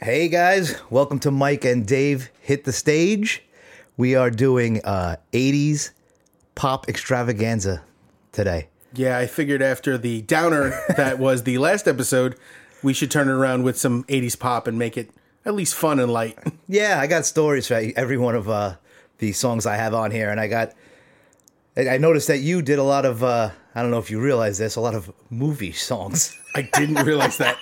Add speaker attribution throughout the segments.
Speaker 1: Hey guys, welcome to Mike and Dave Hit the Stage. We are doing uh, 80s pop extravaganza today.
Speaker 2: Yeah, I figured after the downer that was the last episode, we should turn it around with some 80s pop and make it at least fun and light.
Speaker 1: Yeah, I got stories for every one of uh, the songs I have on here, and I got. I I noticed that you did a lot of. Uh, I don't know if you realize this, a lot of movie songs.
Speaker 2: I didn't realize that.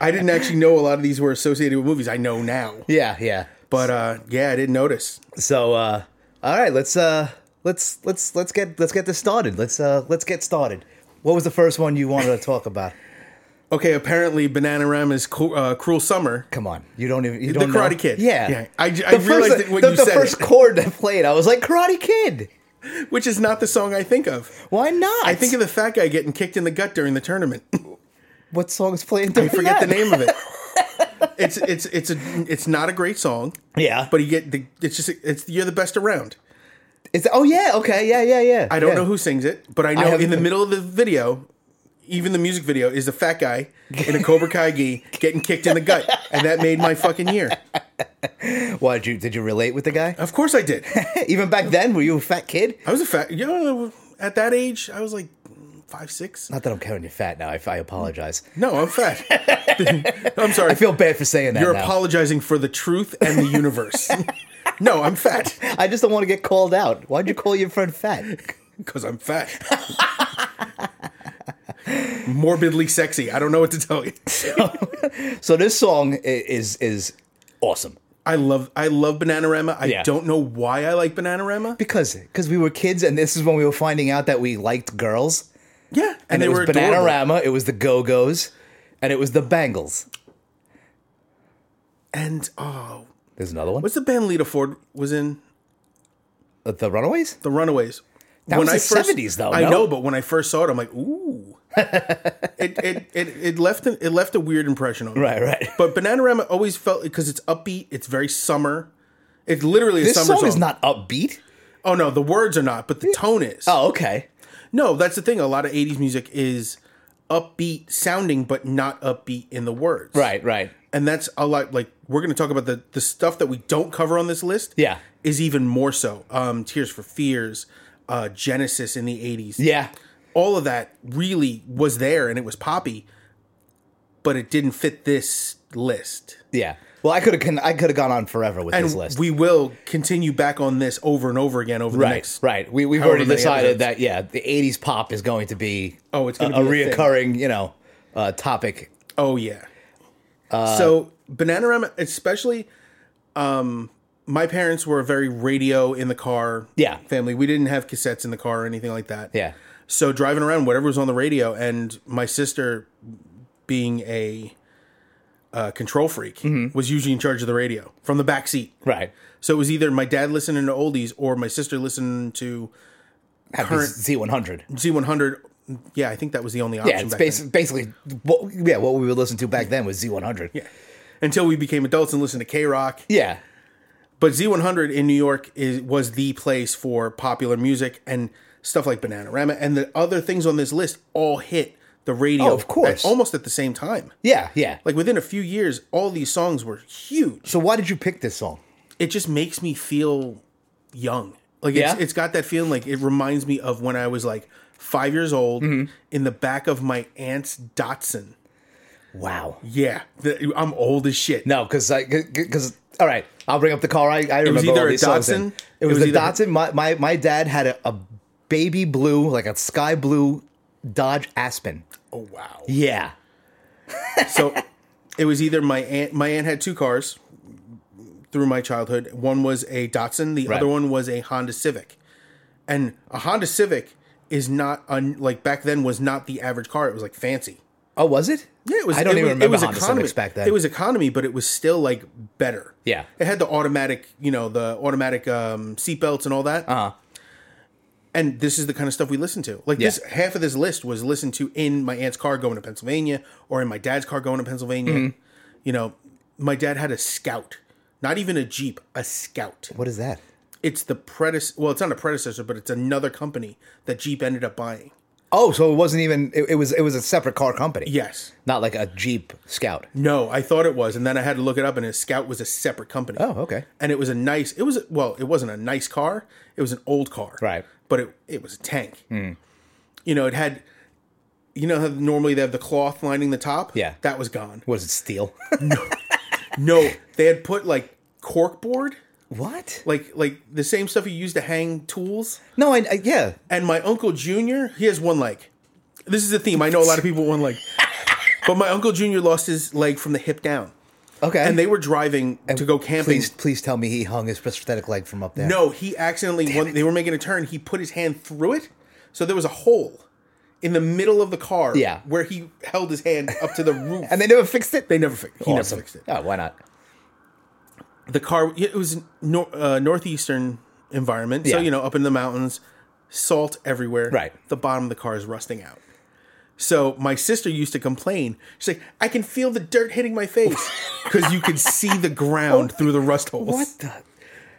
Speaker 2: I didn't actually know a lot of these were associated with movies. I know now.
Speaker 1: yeah, yeah.
Speaker 2: But uh, yeah, I didn't notice.
Speaker 1: So, uh, all right, let's uh, let's let's let's get let's get this started. Let's uh, let's get started. What was the first one you wanted to talk about?
Speaker 2: Okay, apparently Banana Rama's Cru- uh, Cruel Summer.
Speaker 1: Come on, you don't even you
Speaker 2: The
Speaker 1: don't know?
Speaker 2: Karate Kid.
Speaker 1: Yeah,
Speaker 2: Yeah, I- I
Speaker 1: The
Speaker 2: realized
Speaker 1: first,
Speaker 2: it when
Speaker 1: the,
Speaker 2: you
Speaker 1: the
Speaker 2: said
Speaker 1: first
Speaker 2: it.
Speaker 1: chord that played. I was like, Karate Kid.
Speaker 2: which is not the song I think of.
Speaker 1: Why not?
Speaker 2: I think of the fat guy getting kicked in the gut during the tournament.
Speaker 1: what song is playing? I
Speaker 2: Forget the name of it. It's it's it's a it's not a great song,
Speaker 1: Yeah,
Speaker 2: but you get the it's just it's you're the best around.
Speaker 1: it's oh yeah, okay, yeah, yeah, yeah.
Speaker 2: I don't
Speaker 1: yeah.
Speaker 2: know who sings it, but I know
Speaker 1: have-
Speaker 2: in the middle of the video, even the music video, is a fat guy in a Cobra Kai gi getting kicked in the gut, and that made my fucking year.
Speaker 1: Why did you did you relate with the guy?
Speaker 2: Of course I did.
Speaker 1: even back then, were you a fat kid?
Speaker 2: I was a fat. You know, at that age, I was like five, six.
Speaker 1: Not that I'm counting you fat now. I, I apologize.
Speaker 2: No, I'm fat. I'm sorry.
Speaker 1: I feel bad for saying that.
Speaker 2: You're
Speaker 1: now.
Speaker 2: apologizing for the truth and the universe. no, I'm fat
Speaker 1: I just don't want to get called out. Why'd you call your friend fat?
Speaker 2: because I'm fat. Morbidly sexy. I don't know what to tell you.
Speaker 1: So this song i- is is awesome
Speaker 2: I love I love Bananarama. I
Speaker 1: Yeah.
Speaker 2: don't know why I like Bananarama.
Speaker 1: because because we were kids and this is when we were finding out that we liked girls.
Speaker 2: Yeah, and,
Speaker 1: And,
Speaker 2: they
Speaker 1: it was
Speaker 2: were adorable.
Speaker 1: Bananarama, it was the Go Go's, and it was the Bangles.
Speaker 2: And oh,
Speaker 1: There's another one.
Speaker 2: what's the band Lita Ford was in?
Speaker 1: Uh, the Runaways.
Speaker 2: The Runaways.
Speaker 1: That was the 70s though,
Speaker 2: I
Speaker 1: no?
Speaker 2: know, but when I first saw it, I'm like, ooh. it, it it it left an, it left a weird impression on me.
Speaker 1: Right, right.
Speaker 2: But Bananarama always felt because it's upbeat, it's very summer. It's literally a
Speaker 1: This
Speaker 2: summer
Speaker 1: song is not upbeat.
Speaker 2: Oh no, the words are not, but the tone is.
Speaker 1: Oh, okay.
Speaker 2: No, that's the thing. A lot of 80s music is upbeat sounding, but not upbeat in the words.
Speaker 1: Right, right.
Speaker 2: and that's a lot like we're going to talk about the the stuff that we don't cover on this list
Speaker 1: Yeah.
Speaker 2: is even more so um tears for fears uh genesis in the 80s
Speaker 1: Yeah.
Speaker 2: all of that really was there and it was poppy but it didn't fit this list
Speaker 1: Yeah. Well, I could have I could have gone on forever with this
Speaker 2: and
Speaker 1: list.
Speaker 2: we will continue back on this over and over again over the
Speaker 1: right,
Speaker 2: next
Speaker 1: right. We we've
Speaker 2: however
Speaker 1: already
Speaker 2: many
Speaker 1: decided that
Speaker 2: episodes.
Speaker 1: yeah, the '80s pop is going to be
Speaker 2: Oh, it's
Speaker 1: a,
Speaker 2: gonna
Speaker 1: a
Speaker 2: be a thing.
Speaker 1: reoccurring you know uh, topic.
Speaker 2: Oh yeah.
Speaker 1: Uh,
Speaker 2: so Bananarama, especially, um, my parents were very radio in the car.
Speaker 1: Yeah.
Speaker 2: Family. We didn't have cassettes in the car or anything like that.
Speaker 1: Yeah.
Speaker 2: So driving around, whatever was on the radio, and my sister, being a uh, control freak,
Speaker 1: Mm-hmm.
Speaker 2: was usually in charge of the radio from the back seat.
Speaker 1: Right.
Speaker 2: So it was either my dad listening to oldies or my sister listening to
Speaker 1: Have
Speaker 2: Current-
Speaker 1: Z one hundred.
Speaker 2: Z100. Yeah, I think that was the only option.
Speaker 1: Yeah, it's
Speaker 2: back then.
Speaker 1: basi- basically what, yeah what we would listen to back then was Z one hundred.
Speaker 2: Yeah. Until we became adults and listened to K Rock.
Speaker 1: Yeah.
Speaker 2: But Z100 in New York is was the place for popular music and stuff like Bananarama and the other things on this list all hit the radio.
Speaker 1: Oh, of course.
Speaker 2: at- almost at the same time.
Speaker 1: Yeah. Yeah.
Speaker 2: Like within a few years, all these songs were huge.
Speaker 1: So why did you pick this song?
Speaker 2: It just makes me feel young. Like
Speaker 1: Yeah?
Speaker 2: it's, it's got that feeling. Like it reminds me of when I was like five years old
Speaker 1: Mm-hmm.
Speaker 2: in the back of my aunt's Datsun.
Speaker 1: Wow.
Speaker 2: Yeah, the, I'm old as shit.
Speaker 1: No, because I because all right, I'll bring up the car. I, I remember
Speaker 2: either
Speaker 1: all
Speaker 2: a
Speaker 1: these songs
Speaker 2: Datsun-
Speaker 1: in. It
Speaker 2: it
Speaker 1: was,
Speaker 2: was
Speaker 1: a
Speaker 2: either-
Speaker 1: Datsun. My, my my dad had a, a baby blue, like a sky blue Dodge Aspen.
Speaker 2: Oh wow.
Speaker 1: Yeah,
Speaker 2: so it was either my aunt my aunt had two cars through my childhood one was a datsun the
Speaker 1: Right.
Speaker 2: other one was a honda civic and a honda civic is not un, like back then was not the average car it was like fancy
Speaker 1: Oh, was it?
Speaker 2: yeah it was
Speaker 1: I don't
Speaker 2: it
Speaker 1: even
Speaker 2: was-
Speaker 1: remember
Speaker 2: it was
Speaker 1: Honda
Speaker 2: economy
Speaker 1: Civics back then.
Speaker 2: it was economy but it was still like better
Speaker 1: Yeah.
Speaker 2: it had the automatic you know the automatic um seatbelts and all that
Speaker 1: Uh-huh.
Speaker 2: and this is the kind of stuff we listened to. Like this, half of this list was listened to in my aunt's car going to Pennsylvania, or in my dad's car going to Pennsylvania.
Speaker 1: Mm-hmm.
Speaker 2: You know, my dad had a Scout, not even a Jeep, a Scout.
Speaker 1: What is that?
Speaker 2: It's the predes. Well, it's not a predecessor, but it's another company that Jeep ended up buying.
Speaker 1: Oh, so it wasn't even it, it was it was a separate car company.
Speaker 2: Yes.
Speaker 1: Not like a Jeep Scout.
Speaker 2: No, I thought it was, and then I had to look it up, and a Scout was a separate company.
Speaker 1: Oh, okay.
Speaker 2: And it was a nice. It was well, it wasn't a nice car. It was an old car,
Speaker 1: Right. Mm.
Speaker 2: But it it was a tank. You know, it had. You know how normally they have the cloth lining the top.
Speaker 1: Yeah.
Speaker 2: that was gone.
Speaker 1: Was it steel?
Speaker 2: No, they had put like cork board,
Speaker 1: what?
Speaker 2: like like the same stuff you use to hang tools.
Speaker 1: No, I, I yeah.
Speaker 2: And my uncle Junior, he has one leg. This is the theme. I know a lot of people one leg, but my uncle Junior lost his leg from the hip down.
Speaker 1: Okay.
Speaker 2: And they were driving to go camping.
Speaker 1: please please tell me he hung his prosthetic leg from up there.
Speaker 2: No, he accidentally when they were making a turn, he put his hand through it. So there was a hole in the middle of the car
Speaker 1: Yeah.
Speaker 2: where he held his hand up to the roof.
Speaker 1: And they never fixed it.
Speaker 2: they never fixed it. He
Speaker 1: Awesome.
Speaker 2: never fixed it. Oh.
Speaker 1: Oh, why not?
Speaker 2: The car it was nor, uh, northeastern environment. So
Speaker 1: Yeah.
Speaker 2: you know, up in the mountains, salt everywhere.
Speaker 1: Right.
Speaker 2: The bottom of the car is rusting out. So my sister used to complain. She's like, "I can feel the dirt hitting my face because you could see the ground through the rust holes."
Speaker 1: What the?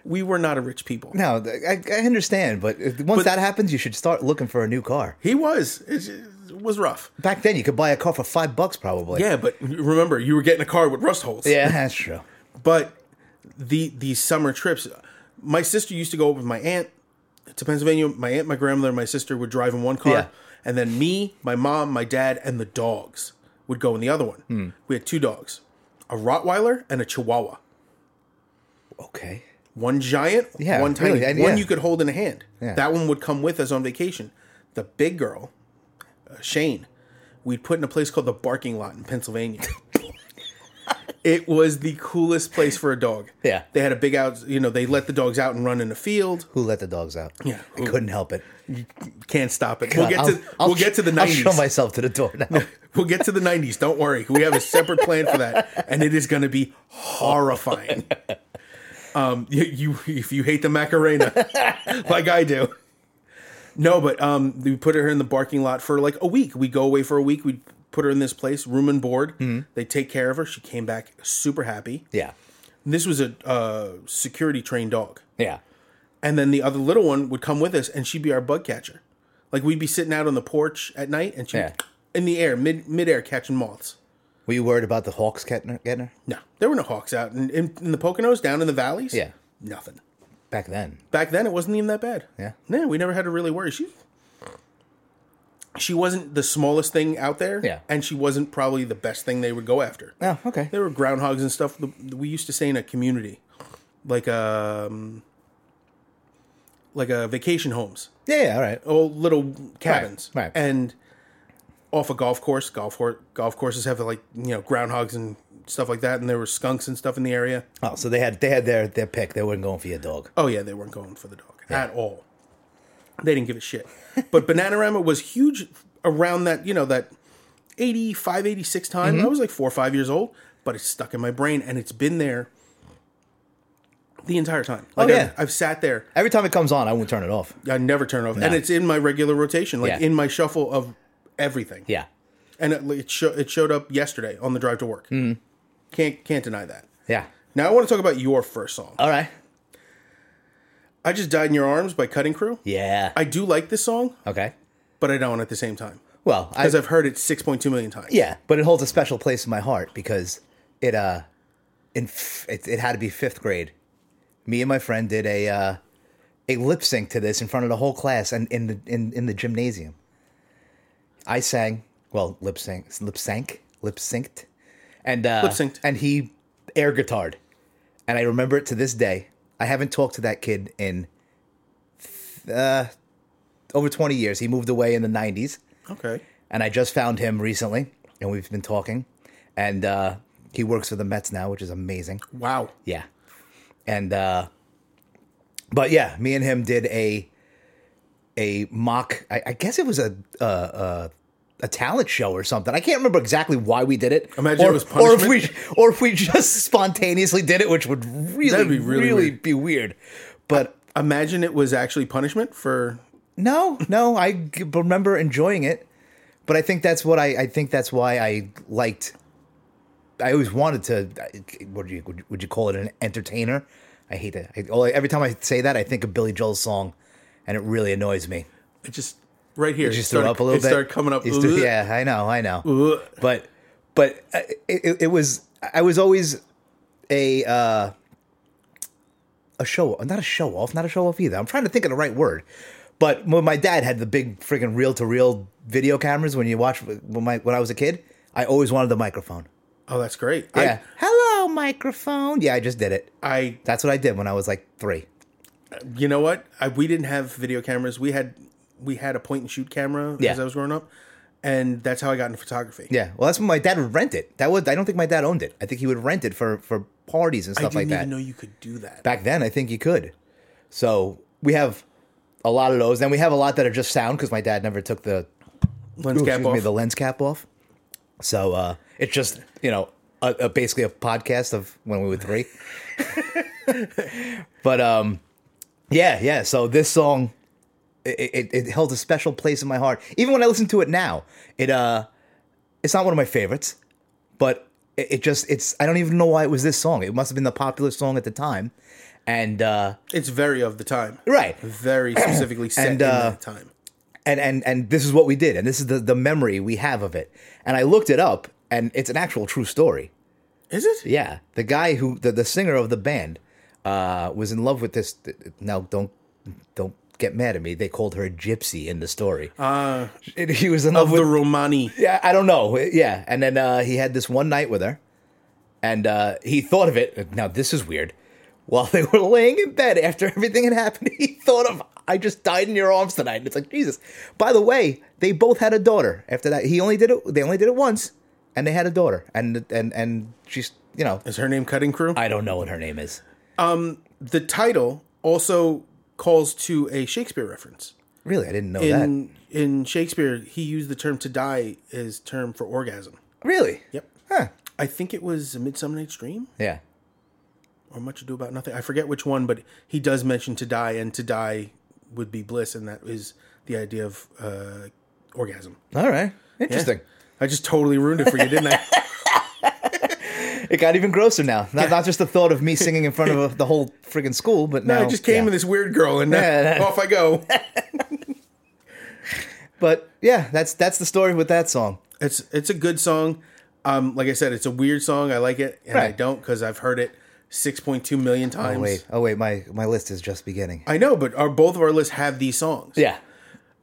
Speaker 2: We were not a rich people.
Speaker 1: No, th- I, I understand, but if- once that happens, you should start looking for a new car.
Speaker 2: He was. It it was rough.
Speaker 1: Back then, you could buy a car for five bucks, probably.
Speaker 2: Yeah, but remember, you were getting a car with rust holes.
Speaker 1: yeah, that's true.
Speaker 2: But the these summer trips, my sister used to go up with my aunt to Pennsylvania. My aunt, my grandmother, and my sister would drive in one car,
Speaker 1: Yeah.
Speaker 2: and then me, my mom, my dad, and the dogs would go in the other one.
Speaker 1: Hmm.
Speaker 2: We had two dogs, a Rottweiler and a Chihuahua.
Speaker 1: Okay.
Speaker 2: One giant,
Speaker 1: Yeah,
Speaker 2: one tiny,
Speaker 1: really, and-
Speaker 2: one
Speaker 1: yeah.
Speaker 2: you could hold in a hand.
Speaker 1: Yeah.
Speaker 2: That one would come with us on vacation. The big girl, uh, Shane, we'd put in a place called the Barking Lot in Pennsylvania. it was the coolest place for a dog.
Speaker 1: Yeah.
Speaker 2: they had a big out. You know, they let the dogs out and run in the field.
Speaker 1: Who let the dogs out?
Speaker 2: Yeah.
Speaker 1: I couldn't help it.
Speaker 2: Can't stop it. We'll get
Speaker 1: I'll-
Speaker 2: to
Speaker 1: I'll
Speaker 2: we'll get to the
Speaker 1: sh- I'll
Speaker 2: nineties.
Speaker 1: show myself to the door now.
Speaker 2: We'll get to the 90s. Don't worry. We have a separate plan for that, and it is going to be horrifying. Um, you, you if you hate the Macarena, like I do. No, but um, we put her in the parking lot for like a week. We go away for a week. We put her in this place, room and board. They take care of her. She came back super happy.
Speaker 1: yeah.
Speaker 2: This was a uh, security trained dog,
Speaker 1: Yeah.
Speaker 2: and then the other little one would come with us, and she'd be our bug catcher. Like we'd be sitting out on the porch at night, and she
Speaker 1: Yeah.
Speaker 2: would in the air, mid mid air, catching moths.
Speaker 1: Were you worried about the Hawks getting her? Getting her?
Speaker 2: No, there were no hawks out in, in, in the Poconos down in the valleys.
Speaker 1: Yeah.
Speaker 2: nothing.
Speaker 1: Back then.
Speaker 2: Back then, it wasn't even that bad.
Speaker 1: Yeah.
Speaker 2: no, we never had to really worry. She, she wasn't the smallest thing out there.
Speaker 1: Yeah.
Speaker 2: and she wasn't probably the best thing they would go after.
Speaker 1: Oh, okay.
Speaker 2: There were groundhogs and stuff. that We used to stay in a community, like um, like a vacation homes,
Speaker 1: Yeah, yeah, all right.
Speaker 2: old little cabins,
Speaker 1: right.
Speaker 2: and off a golf course. Golf course, golf courses have like you know groundhogs and stuff like that, and there were skunks and stuff in the area.
Speaker 1: Oh, so they had they had their their pick. They weren't going for your dog.
Speaker 2: Oh yeah, they weren't going for the dog at all. They didn't give a shit. But Bananarama was huge around that, you know, that 85, 86 time.
Speaker 1: Mm-hmm.
Speaker 2: I was like four or five years old, but it's stuck in my brain and it's been there the entire time. Like
Speaker 1: Oh, yeah.
Speaker 2: I've, I've sat there.
Speaker 1: Every time it comes on, I won't turn it off.
Speaker 2: I never turn it off. And it's in my regular rotation, like
Speaker 1: Yeah.
Speaker 2: in my shuffle of everything.
Speaker 1: Yeah.
Speaker 2: And it, it, sho- it showed up yesterday on the drive to work.
Speaker 1: Mm-hmm.
Speaker 2: Can't can't deny that.
Speaker 1: Yeah.
Speaker 2: Now I want to talk about your first song.
Speaker 1: All right.
Speaker 2: I just died in your arms by Cutting Crew.
Speaker 1: Yeah.
Speaker 2: I do like this song.
Speaker 1: okay.
Speaker 2: but I don't at the same time
Speaker 1: Well, I,
Speaker 2: because I've heard it 6.2 million times.
Speaker 1: yeah, but it holds a special place in my heart because it uh, in f- it, it had to be fifth grade. Me and my friend did a uh, a lip sync to this in front of the whole class and in the in, in the gymnasium. I sang, well, lip sync, lip sync, lip synced, and uh,
Speaker 2: Lip-synced.
Speaker 1: and he air guitared, and I remember it to this day. I haven't talked to that kid in uh, over twenty years. He moved away in the nineties
Speaker 2: Okay.
Speaker 1: and I just found him recently, and we've been talking, and uh, he works for the Mets now, which is amazing.
Speaker 2: Wow.
Speaker 1: Yeah, and uh, but yeah, me and him did a a mock. I, I guess it was a. Uh, uh, a talent show or something. I can't remember exactly why we did it.
Speaker 2: Imagine
Speaker 1: or,
Speaker 2: it was
Speaker 1: or if we or if we just spontaneously did it, which would really
Speaker 2: That'd be really
Speaker 1: really, be weird. But
Speaker 2: Imagine it was actually punishment for.
Speaker 1: no, no, I g- remember enjoying it, but I think that's what I. I think that's why I liked. I always wanted to. What do you would, would you call it? An entertainer. I hate that. I, all- every time I say that, I think of Billy Joel's song, and it really annoys me.
Speaker 2: It just right here.
Speaker 1: You
Speaker 2: it
Speaker 1: just threw
Speaker 2: started-
Speaker 1: up a little
Speaker 2: it
Speaker 1: bit.
Speaker 2: started coming up.
Speaker 1: You threw-
Speaker 2: Ugh.
Speaker 1: yeah, I know, I know.
Speaker 2: Ugh.
Speaker 1: But but uh, it, it- it was I was always a uh, a show not a show off, not a show off either. I'm trying to think of the right word. But when my dad had the big friggin' reel to reel video cameras when you watch when my when I was a kid, I always wanted the microphone.
Speaker 2: Oh, that's great.
Speaker 1: Yeah. Hello microphone. Yeah, I just did it.
Speaker 2: I, I
Speaker 1: That's what I did when I was like 3.
Speaker 2: you know what? I, we didn't have video cameras. We had we had a point and shoot camera
Speaker 1: Yeah.
Speaker 2: as I was growing up, and that's how I got into photography.
Speaker 1: Yeah, well, that's when my dad would rent it. That was I don't think my dad owned it. I think he would rent it for for parties and
Speaker 2: I
Speaker 1: stuff
Speaker 2: didn't
Speaker 1: like that.
Speaker 2: even know you could do that.
Speaker 1: Back then, I think you could. So we have a lot of those. Then we have a lot that are just sound because my dad never took the
Speaker 2: Lens
Speaker 1: ooh,
Speaker 2: cap
Speaker 1: excuse
Speaker 2: off.
Speaker 1: me, the lens cap off. So uh, it's just you know a, a, basically a podcast of when we were three. but um, yeah, yeah. So this song, it, it, it held a special place in my heart. Even when I listen to it now, it uh, it's not one of my favorites, but it, it just it's I don't even know why it was this song. It must have been the popular song at the time, and uh,
Speaker 2: it's very of the time,
Speaker 1: right,
Speaker 2: very specifically set
Speaker 1: And,
Speaker 2: in
Speaker 1: uh,
Speaker 2: that time.
Speaker 1: and and and this is what we did and this is the, the memory we have of it and i looked it up and it's an actual true story
Speaker 2: Is it?
Speaker 1: yeah the guy who the, the singer of the band uh was in love with this now don't don't get mad at me they called her gypsy in the story uh he was in love
Speaker 2: The
Speaker 1: with
Speaker 2: Romani.
Speaker 1: yeah i don't know yeah and then uh he had this one night with her and uh he thought of it now this is weird while they were laying in bed after everything had happened he thought of i just died in your arms tonight and it's like jesus by the way they both had a daughter after that he only did it they only did it once and they had a daughter and and and she's you know
Speaker 2: Is her name Cutting Crew?
Speaker 1: i don't know what her name is
Speaker 2: the title also calls to a Shakespeare reference.
Speaker 1: really i didn't know
Speaker 2: In in Shakespeare, he used the term "to die" as term for orgasm.
Speaker 1: that really
Speaker 2: Yep.
Speaker 1: huh
Speaker 2: I think it was A Midsummer Night's Dream
Speaker 1: yeah
Speaker 2: or Much Ado About Nothing. I forget which one, but he does mention to die, and to die would be bliss, and that is the idea of uh, orgasm.
Speaker 1: all right interesting
Speaker 2: I just totally ruined it for you, didn't I?
Speaker 1: It got even grosser now. Not, not just the thought of me singing in front of the whole friggin' school, but now
Speaker 2: I just came
Speaker 1: yeah.
Speaker 2: in this weird girl, and now
Speaker 1: Yeah, yeah.
Speaker 2: off I go.
Speaker 1: But yeah, that's that's the story with that song. Oh,
Speaker 2: It's it's a good song. Um, like I said, it's a weird song. I like it, and I
Speaker 1: Right.
Speaker 2: don't because I've heard it six point two million times.
Speaker 1: Oh wait, oh wait, my my list is just beginning.
Speaker 2: I know, but our both of our lists have these songs.
Speaker 1: Yeah.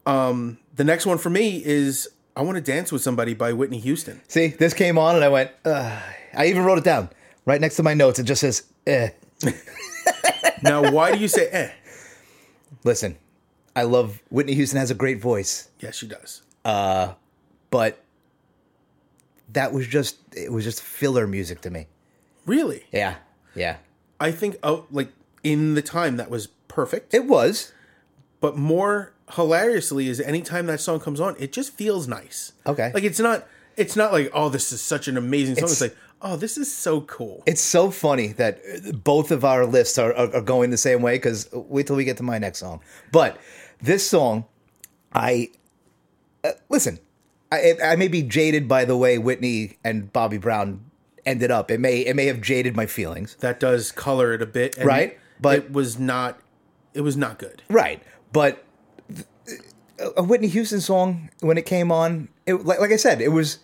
Speaker 2: The next one for me is "I Want to Dance with Somebody" by Whitney Houston.
Speaker 1: See, this came on and I went. Ugh. I even wrote it down right next to my notes. It just says, eh.
Speaker 2: Now, why do you say "eh"?
Speaker 1: "Listen, I love Whitney Houston has a great voice,
Speaker 2: Yes, she does.
Speaker 1: but that was just it was just filler music to me."
Speaker 2: Really,
Speaker 1: Yeah, yeah,
Speaker 2: I think oh, like in the time that was perfect.
Speaker 1: it was
Speaker 2: but more hilariously is anytime that song comes on, it just feels nice.
Speaker 1: Okay.
Speaker 2: like it's not it's not like oh this is such an amazing song. It's, like oh this is so cool.
Speaker 1: It's so funny that uh, both of our lists are, are, are going the same way because wait till we get to my next song. But this song, I uh, listen, I, I may be jaded by the way Whitney and Bobby Brown ended up. It may it may have jaded my feelings.
Speaker 2: that does color it a bit, and
Speaker 1: Right, but-
Speaker 2: it was not it was not good.
Speaker 1: Right. But th- a Whitney Houston song when it came on, it like, like I said, it was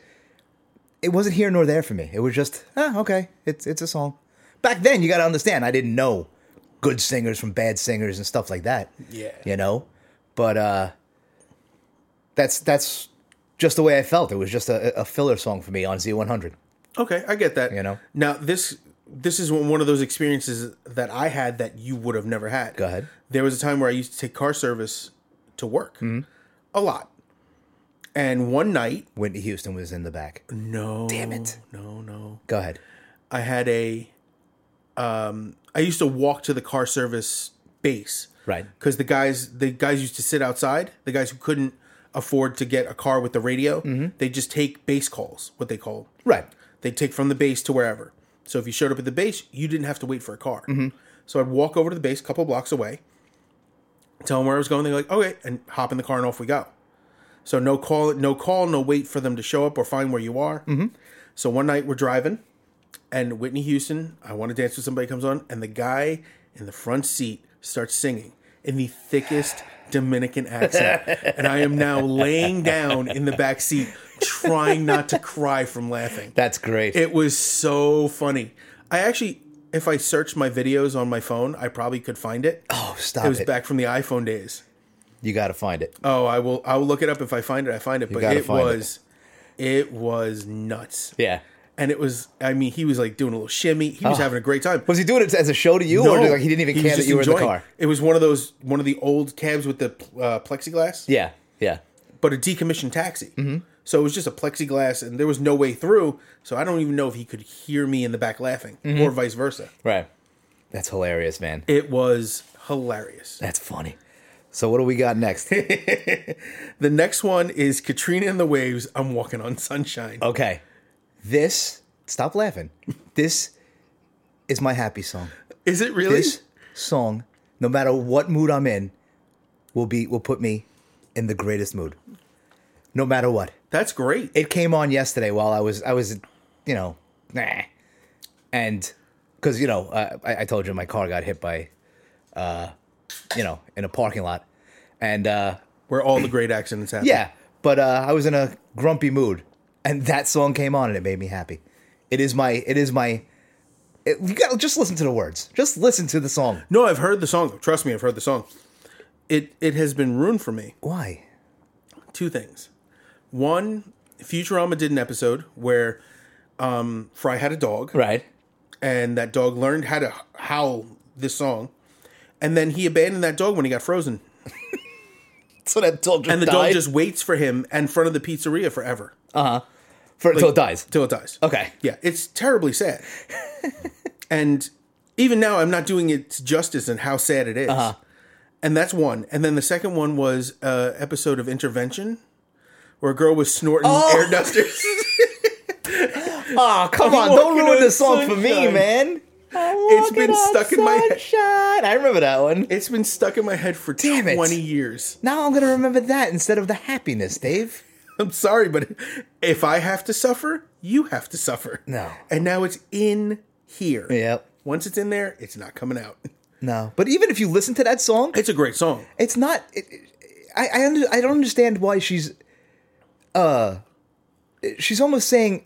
Speaker 1: it wasn't here nor there for me. It was just, ah, okay, it's it's a song. Back then, you got to understand, I didn't know good singers from bad singers and stuff like that.
Speaker 2: Yeah.
Speaker 1: You know? But uh that's that's just the way I felt. It was just a, a filler song for me on Z100.
Speaker 2: Okay, I get that.
Speaker 1: You know?
Speaker 2: Now this this is one of those experiences that I had that you would have never had.
Speaker 1: Go ahead.
Speaker 2: There was a time where I used to take car service to work a lot, and one night,
Speaker 1: Whitney Houston was in the back.
Speaker 2: no, damn
Speaker 1: it.
Speaker 2: no, no,
Speaker 1: Go ahead.
Speaker 2: I had a, um, I used to walk to the car service base,
Speaker 1: Right.
Speaker 2: because the guys the guys used to sit outside. The guys who couldn't afford to get a car with the radio, they just take base calls, what they call.
Speaker 1: Mm-hmm. Right.
Speaker 2: They take from the base to wherever. So if you showed up at the base, you didn't have to wait for a car. So I'd walk over to the base, a couple blocks away, tell them where I was going. They're like, okay, and hop in the car and off we go. So no call, no call, no wait for them to show up or find where you are. So one night we're driving, and Whitney Houston, "I Want to Dance with Somebody" comes on, and the guy in the front seat starts singing. in the thickest Dominican accent, and I am now laying down in the back seat, trying not to cry from laughing.
Speaker 1: That's great.
Speaker 2: It was so funny. I actually, if I searched my videos on my phone, I probably could find it.
Speaker 1: oh, stop
Speaker 2: it
Speaker 1: it.
Speaker 2: was back from the iPhone days.
Speaker 1: You got to find it.
Speaker 2: Oh, I will. I will look it up if I find it. I find it, but
Speaker 1: gotta
Speaker 2: it
Speaker 1: find it.
Speaker 2: was, it. was nuts.
Speaker 1: Yeah.
Speaker 2: And it was. I mean, he was like doing a little shimmy. He was having a great time.
Speaker 1: Was he doing it as a show to you, or
Speaker 2: No,
Speaker 1: Ah. like he didn't even
Speaker 2: was
Speaker 1: care that
Speaker 2: just
Speaker 1: you were in the
Speaker 2: enjoying.
Speaker 1: car?
Speaker 2: It was one of those one of the old cabs with the uh, plexiglass,
Speaker 1: Yeah. Mm-hmm. Yeah.
Speaker 2: but a decommissioned taxi. So it was just a plexiglass, and there was no way through. So I don't even know if he could hear me in the back laughing,
Speaker 1: Mm-hmm.
Speaker 2: or vice versa.
Speaker 1: Right. That's hilarious, man.
Speaker 2: It was hilarious.
Speaker 1: That's funny. So what do we got next?
Speaker 2: The next one is Katrina and the Waves. I'm walking on sunshine.
Speaker 1: okay. This stop laughing. This is my happy song.
Speaker 2: Is it really?
Speaker 1: This song, no matter what mood I'm in, will be will put me in the greatest mood. No matter what.
Speaker 2: That's great.
Speaker 1: It came on yesterday while I was I was, you know, nah. And because you know, uh, I, I told you my car got hit by, uh, you know, in a parking lot, and uh,
Speaker 2: Where all the great accidents happen.
Speaker 1: Yeah, but uh, I was in a grumpy mood, and that song came on, and it made me happy. It is my. It is my. It, you gotta just listen to the words. Just listen to the song.
Speaker 2: No, I've heard the song. Trust me, I've heard the song. It it has been ruined for me.
Speaker 1: Why?
Speaker 2: Two things. One, Futurama did an episode where um, Fry had a dog,
Speaker 1: Right.
Speaker 2: and that dog learned how to howl this song, and then he abandoned that dog when he got frozen,
Speaker 1: So that dog just
Speaker 2: and the dog just waits for him in front of the pizzeria forever
Speaker 1: for, till it dies.
Speaker 2: till it dies.
Speaker 1: Okay.
Speaker 2: Yeah, it's terribly sad. and even now, I'm not doing it justice in how sad it is.
Speaker 1: Uh-huh.
Speaker 2: And that's one. And then the second one was uh, episode of Intervention, where a girl was snorting air dusters.
Speaker 1: Oh come on!
Speaker 2: I'm
Speaker 1: Don't
Speaker 2: walking
Speaker 1: ruin
Speaker 2: on
Speaker 1: the song for me,
Speaker 2: sunshine.
Speaker 1: man.
Speaker 2: It's been stuck in my head.
Speaker 1: head. I remember that one.
Speaker 2: it's been stuck in my head for
Speaker 1: Damn it.
Speaker 2: 20 years.
Speaker 1: Now I'm gonna remember that instead of the happiness, Dave.
Speaker 2: I'm sorry, but if I have to suffer, you have to suffer.
Speaker 1: No.
Speaker 2: And now it's in here.
Speaker 1: Yep.
Speaker 2: Once it's in there, it's not coming out.
Speaker 1: No, but even if you listen to that song,
Speaker 2: It's a great song.
Speaker 1: it's not it, it- I I, under, I don't understand why she's uh she's almost saying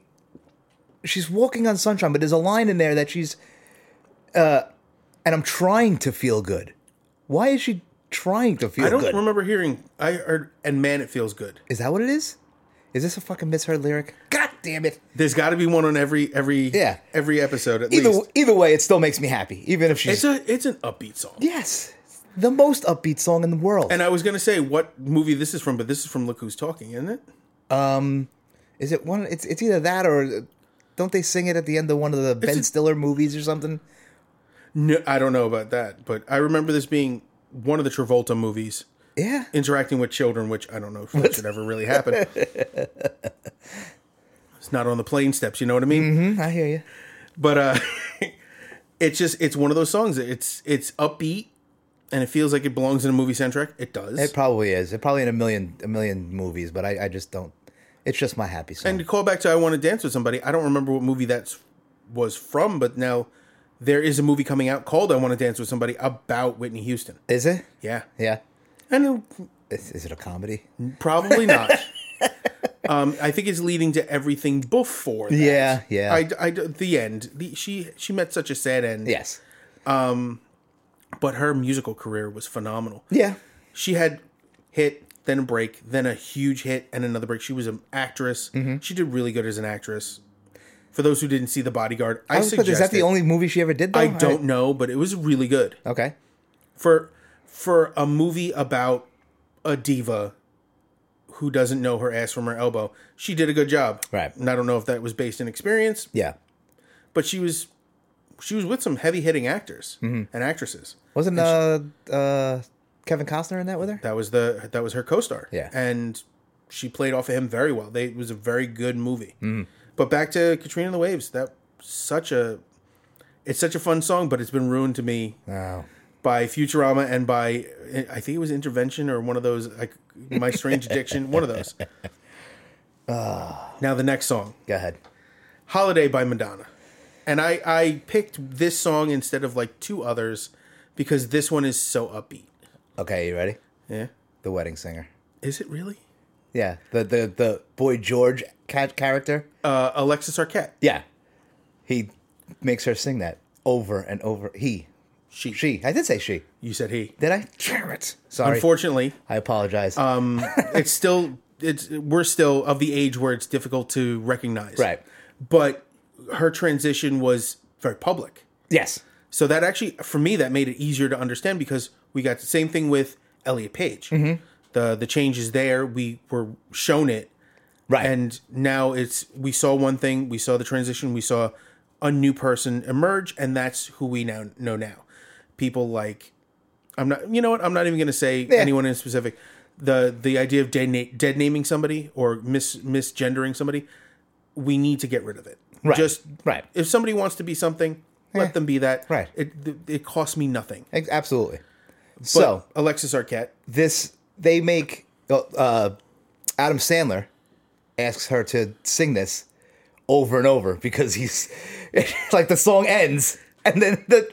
Speaker 1: she's walking on sunshine but there's a line in there that she's uh and I'm trying to feel good. Why is she trying to feel
Speaker 2: I don't
Speaker 1: good?
Speaker 2: remember hearing. I heard, and man, it feels good.
Speaker 1: is that what it is? Is this a fucking misheard lyric? God damn it.
Speaker 2: There's got to be one on every every
Speaker 1: Yeah.
Speaker 2: every episode at
Speaker 1: Either
Speaker 2: least.
Speaker 1: either way it still makes me happy even if
Speaker 2: It's
Speaker 1: she's
Speaker 2: a it's an upbeat song.
Speaker 1: Yes. The most upbeat song in the world.
Speaker 2: And I was gonna say what movie this is from, but this is from Look Who's Talking, isn't it?
Speaker 1: Is it one? It's it's either that or don't they sing it at the end of one of the Ben Stiller movies or something?
Speaker 2: No, I don't know about that, but I remember this being one of the Travolta movies,
Speaker 1: Yeah.
Speaker 2: interacting with children, which I don't know if that should ever really happen. it's not on the plane steps, you know what I mean?
Speaker 1: Mm, I hear you.
Speaker 2: But uh, it's just it's one of those songs. It's it's upbeat, and it feels like it belongs in a movie soundtrack. It does.
Speaker 1: It probably is. It probably in a million a million movies, but I, I just don't. It's just my happy song.
Speaker 2: And to call back to I Want to Dance with Somebody, I don't remember what movie that was from, but now there is a movie coming out called I Want to Dance with Somebody about Whitney Houston.
Speaker 1: is it?
Speaker 2: Yeah.
Speaker 1: Yeah.
Speaker 2: And
Speaker 1: Is, is it a comedy?
Speaker 2: probably not. um, I think it's leading to everything before that.
Speaker 1: Yeah. Yeah.
Speaker 2: I, I, the end. The, she she met such a sad end.
Speaker 1: yes.
Speaker 2: But her musical career was phenomenal.
Speaker 1: Yeah.
Speaker 2: She had hit, then a break, then a huge hit, and another break. She was an actress.
Speaker 1: Mm-hmm.
Speaker 2: She did really good as an actress. For those who didn't see The Bodyguard, I,
Speaker 1: I was,
Speaker 2: suggest
Speaker 1: but is that
Speaker 2: it.
Speaker 1: the only movie she ever did? Though
Speaker 2: I don't know, but it was really good
Speaker 1: Okay.
Speaker 2: for for a movie about a diva who doesn't know her ass from her elbow. She did a good job,
Speaker 1: Right.
Speaker 2: And I don't know if that was based in experience,
Speaker 1: Yeah.
Speaker 2: but she was she was with some heavy hitting actors and actresses.
Speaker 1: Wasn't uh, uh Kevin Costner in that with her?
Speaker 2: That was the that was her co star,
Speaker 1: Yeah.
Speaker 2: and she played off of him very well. They, it was a very good movie. But back to Katrina and the Waves, that such a it's such a fun song, but it's been ruined to me
Speaker 1: No.
Speaker 2: by Futurama and by I think it was Intervention or one of those like My Strange Addiction, one of those. Ah. now the next song,
Speaker 1: Go ahead.
Speaker 2: Holiday by Madonna. And I I picked this song instead of like two others because this one is so upbeat.
Speaker 1: Okay, you ready?
Speaker 2: Yeah.
Speaker 1: The wedding singer.
Speaker 2: Is it really?
Speaker 1: Yeah, the the the boy George cat character.
Speaker 2: Uh, Alexis Arquette.
Speaker 1: Yeah, he makes her sing that over and over. He,
Speaker 2: She.
Speaker 1: she. I did say she.
Speaker 2: You said he.
Speaker 1: Did I? Jarrett. Sorry.
Speaker 2: Unfortunately,
Speaker 1: I apologize.
Speaker 2: Uh, it's still it's we're still of the age where it's difficult to recognize.
Speaker 1: Right.
Speaker 2: But her transition was very public.
Speaker 1: yes.
Speaker 2: So that actually, for me, that made it easier to understand because we got the same thing with Elliot Page. The the change is there. We were shown it,
Speaker 1: Right.
Speaker 2: and now it's we saw one thing. We saw the transition. We saw a new person emerge, and that's who we now know now. People like I'm not. You know what? I'm not even going to say anyone in specific. the The idea of dead, na- dead naming somebody or mis misgendering somebody, we need to get rid of it.
Speaker 1: Right.
Speaker 2: Just
Speaker 1: Right.
Speaker 2: if somebody wants to be something, let them be that.
Speaker 1: Right.
Speaker 2: It th- it costs me nothing.
Speaker 1: Ex- Absolutely.
Speaker 2: But
Speaker 1: so
Speaker 2: Alexis Arquette,
Speaker 1: this they make uh, Adam Sandler asks her to sing this over and over because he's like the song ends and then the,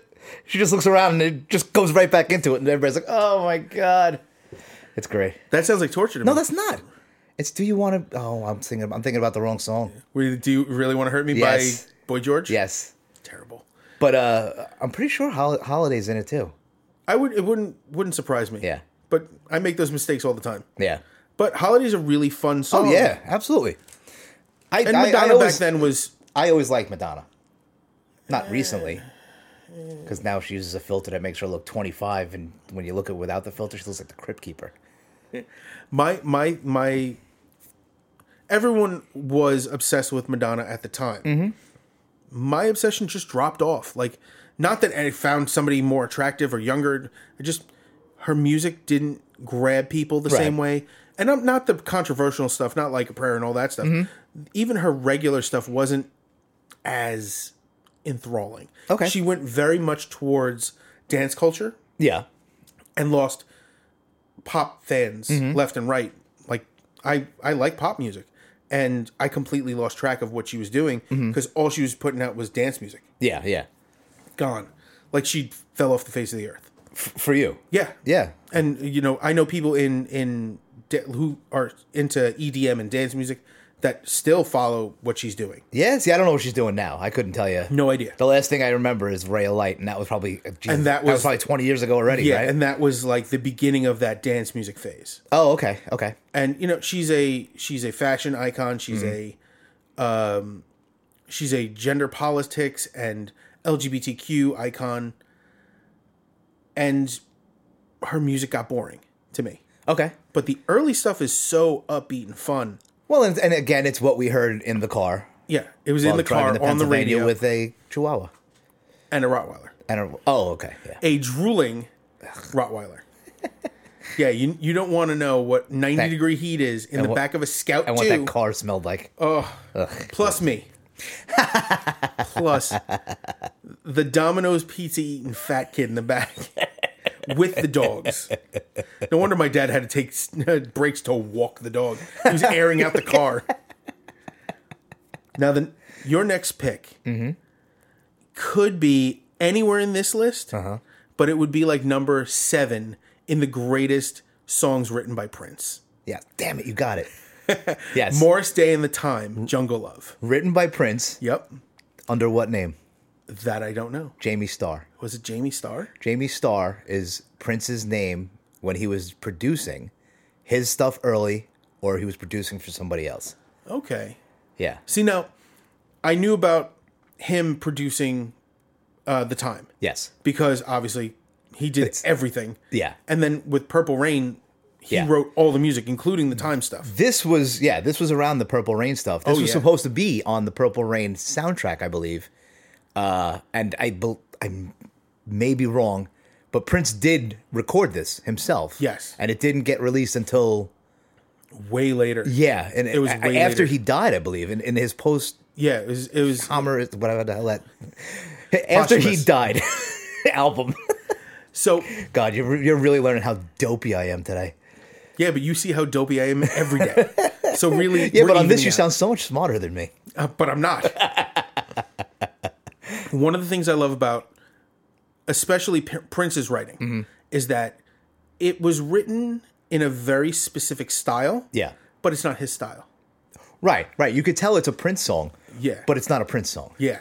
Speaker 1: she just looks around and it just goes right back into it and everybody's like, oh my god, it's great.
Speaker 2: that sounds like torture to
Speaker 1: No,
Speaker 2: me.
Speaker 1: that's not. It's do you want to? Oh, I'm thinking. I'm thinking about the wrong song.
Speaker 2: We- do you really want to hurt me
Speaker 1: Yes.
Speaker 2: by Boy George?
Speaker 1: Yes,
Speaker 2: Terrible.
Speaker 1: but uh, I'm pretty sure Hol- Holiday's in it too.
Speaker 2: I would. It wouldn't wouldn't surprise me.
Speaker 1: Yeah.
Speaker 2: But I make those mistakes all the time.
Speaker 1: Yeah.
Speaker 2: But Holiday's a really fun song.
Speaker 1: Oh yeah, absolutely. I,
Speaker 2: And
Speaker 1: I- I
Speaker 2: Madonna
Speaker 1: always-
Speaker 2: back then was
Speaker 1: I always liked Madonna. Not recently, because now she uses a filter that makes her look 25, and when you look at without the filter, she looks like the Crypt Keeper.
Speaker 2: my my my everyone was obsessed with madonna at the time
Speaker 1: Mm-hmm.
Speaker 2: my obsession just dropped off like not that i found somebody more attractive or younger i just her music didn't grab people the
Speaker 1: Right.
Speaker 2: same way and i'm not the controversial stuff not like a prayer and all that stuff
Speaker 1: Mm-hmm.
Speaker 2: even her regular stuff wasn't as enthralling
Speaker 1: Okay.
Speaker 2: she went very much towards dance culture
Speaker 1: Yeah,
Speaker 2: and lost pop fans left and right. Like I I like pop music and I completely lost track of what she was doing because all she was putting out was dance music.
Speaker 1: yeah, yeah.
Speaker 2: Gone. Like she fell off the face of the earth.
Speaker 1: F- for you,
Speaker 2: Yeah.
Speaker 1: yeah,
Speaker 2: And you know, I know people in in da- who are into EDM and dance music that still follow what she's doing.
Speaker 1: yeah. See, I don't know what she's doing now. I couldn't tell you.
Speaker 2: No idea.
Speaker 1: The last thing I remember is Ray of Light, and that was probably Jesus,
Speaker 2: And that was-
Speaker 1: probably 20 years ago already,
Speaker 2: Yeah,
Speaker 1: right?
Speaker 2: and that was like the beginning of that dance music phase.
Speaker 1: oh, okay, okay.
Speaker 2: and you know she's a she's a fashion icon she's a um
Speaker 1: Mm-hmm.
Speaker 2: she's a gender politics and lgbtq icon and her music got boring to me
Speaker 1: Okay.
Speaker 2: but the early stuff is so upbeat and fun
Speaker 1: Well, and, and again, it's what we heard in the car.
Speaker 2: yeah it was in
Speaker 1: while
Speaker 2: the
Speaker 1: driving
Speaker 2: car
Speaker 1: to
Speaker 2: on the
Speaker 1: Pennsylvania
Speaker 2: radio with
Speaker 1: with a chihuahua
Speaker 2: and a rottweiler
Speaker 1: and a, oh, okay, yeah.
Speaker 2: a drooling rottweiler yeah you you don't want to know what 90 degree heat is in the
Speaker 1: what-
Speaker 2: back of a scout
Speaker 1: And what
Speaker 2: too.
Speaker 1: that car smelled like.
Speaker 2: plus me plus the domino's pizza eating fat kid in the back with the dogs no wonder my dad had to take s- breaks to walk the dog he was airing out the car now then your next pick could be anywhere in this list but it would be like number seven in the greatest songs written by prince
Speaker 1: Yeah, damn it, you got it. yes.
Speaker 2: morris day and the time jungle love
Speaker 1: Written by Prince
Speaker 2: yep
Speaker 1: under what name?
Speaker 2: that i don't know
Speaker 1: Jamie Starr.
Speaker 2: was it Jamie Starr?
Speaker 1: Jamie Starr is Prince's name when he was producing his stuff early or he was producing for somebody else.
Speaker 2: Okay.
Speaker 1: Yeah.
Speaker 2: See now, I knew about him producing uh, the time
Speaker 1: Yes.
Speaker 2: because obviously he did everything.
Speaker 1: Yeah.
Speaker 2: And then with Purple Rain, he
Speaker 1: Yeah.
Speaker 2: wrote all the music, including the time stuff.
Speaker 1: This was yeah, this was around the Purple Rain stuff. This
Speaker 2: Oh,
Speaker 1: was
Speaker 2: yeah.
Speaker 1: supposed to be on the Purple Rain soundtrack, I believe. Uh and I bel I may be wrong, but Prince did record this himself.
Speaker 2: Yes.
Speaker 1: And it didn't get released until
Speaker 2: Way later.
Speaker 1: yeah, and it
Speaker 2: was
Speaker 1: was
Speaker 2: way
Speaker 1: after
Speaker 2: later.
Speaker 1: he died, I believe, in, in his post
Speaker 2: Yeah. It was. It was
Speaker 1: Palmer, whatever the hell that. After he
Speaker 2: Posthumous.
Speaker 1: died, album.
Speaker 2: so.
Speaker 1: God, you're you're really learning how dopey I am today.
Speaker 2: Yeah, but you see how dopey I am every day. So really,
Speaker 1: Yeah,
Speaker 2: we're
Speaker 1: but on this
Speaker 2: evening
Speaker 1: you
Speaker 2: out.
Speaker 1: sound so much smarter than me.
Speaker 2: Uh, but I'm not.
Speaker 1: Mm-hmm.
Speaker 2: One of the things I love about, especially P- Prince's writing, is that it was written in a very specific style,
Speaker 1: Yeah.
Speaker 2: but it's not his style.
Speaker 1: Right, right. You could tell it's a Prince song.
Speaker 2: Yeah.
Speaker 1: But it's not a Prince song.
Speaker 2: Yeah.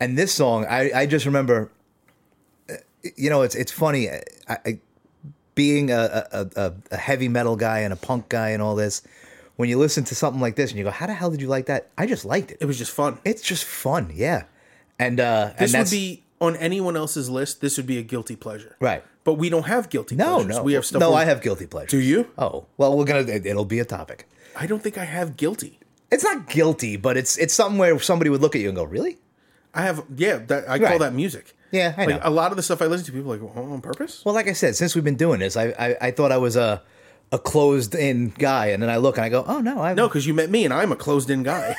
Speaker 1: And this song, I, I just remember, uh, you know, it's it's funny. I, I being a, a, a, a heavy metal guy and a punk guy and all this, when you listen to something like this and you go, "How the hell did you like that?" I just liked it.
Speaker 2: It was just fun.
Speaker 1: It's just fun, yeah. And uh, and
Speaker 2: This would
Speaker 1: that's-
Speaker 2: be on anyone else's list. This would be a guilty pleasure,
Speaker 1: Right.
Speaker 2: But we don't have guilty.
Speaker 1: no,
Speaker 2: pleasures.
Speaker 1: no.
Speaker 2: we have stuff.
Speaker 1: No,
Speaker 2: we-
Speaker 1: I have guilty pleasure.
Speaker 2: Do you?
Speaker 1: Oh, well, we're gonna. It, it'll be a topic.
Speaker 2: I don't think I have guilty.
Speaker 1: It's not guilty, but it's it's something where somebody would look at you and go, "Really?"
Speaker 2: I have. Yeah, that, I call
Speaker 1: Right.
Speaker 2: that music.
Speaker 1: Yeah, I know.
Speaker 2: like a lot of the stuff I listen to, people are like "Oh, on purpose.
Speaker 1: Well, like I said, since we've been doing this, I I, I thought I was a a closed in guy, and then I look and I go, "Oh no, I
Speaker 2: No, because you met me, and I'm a closed-in guy.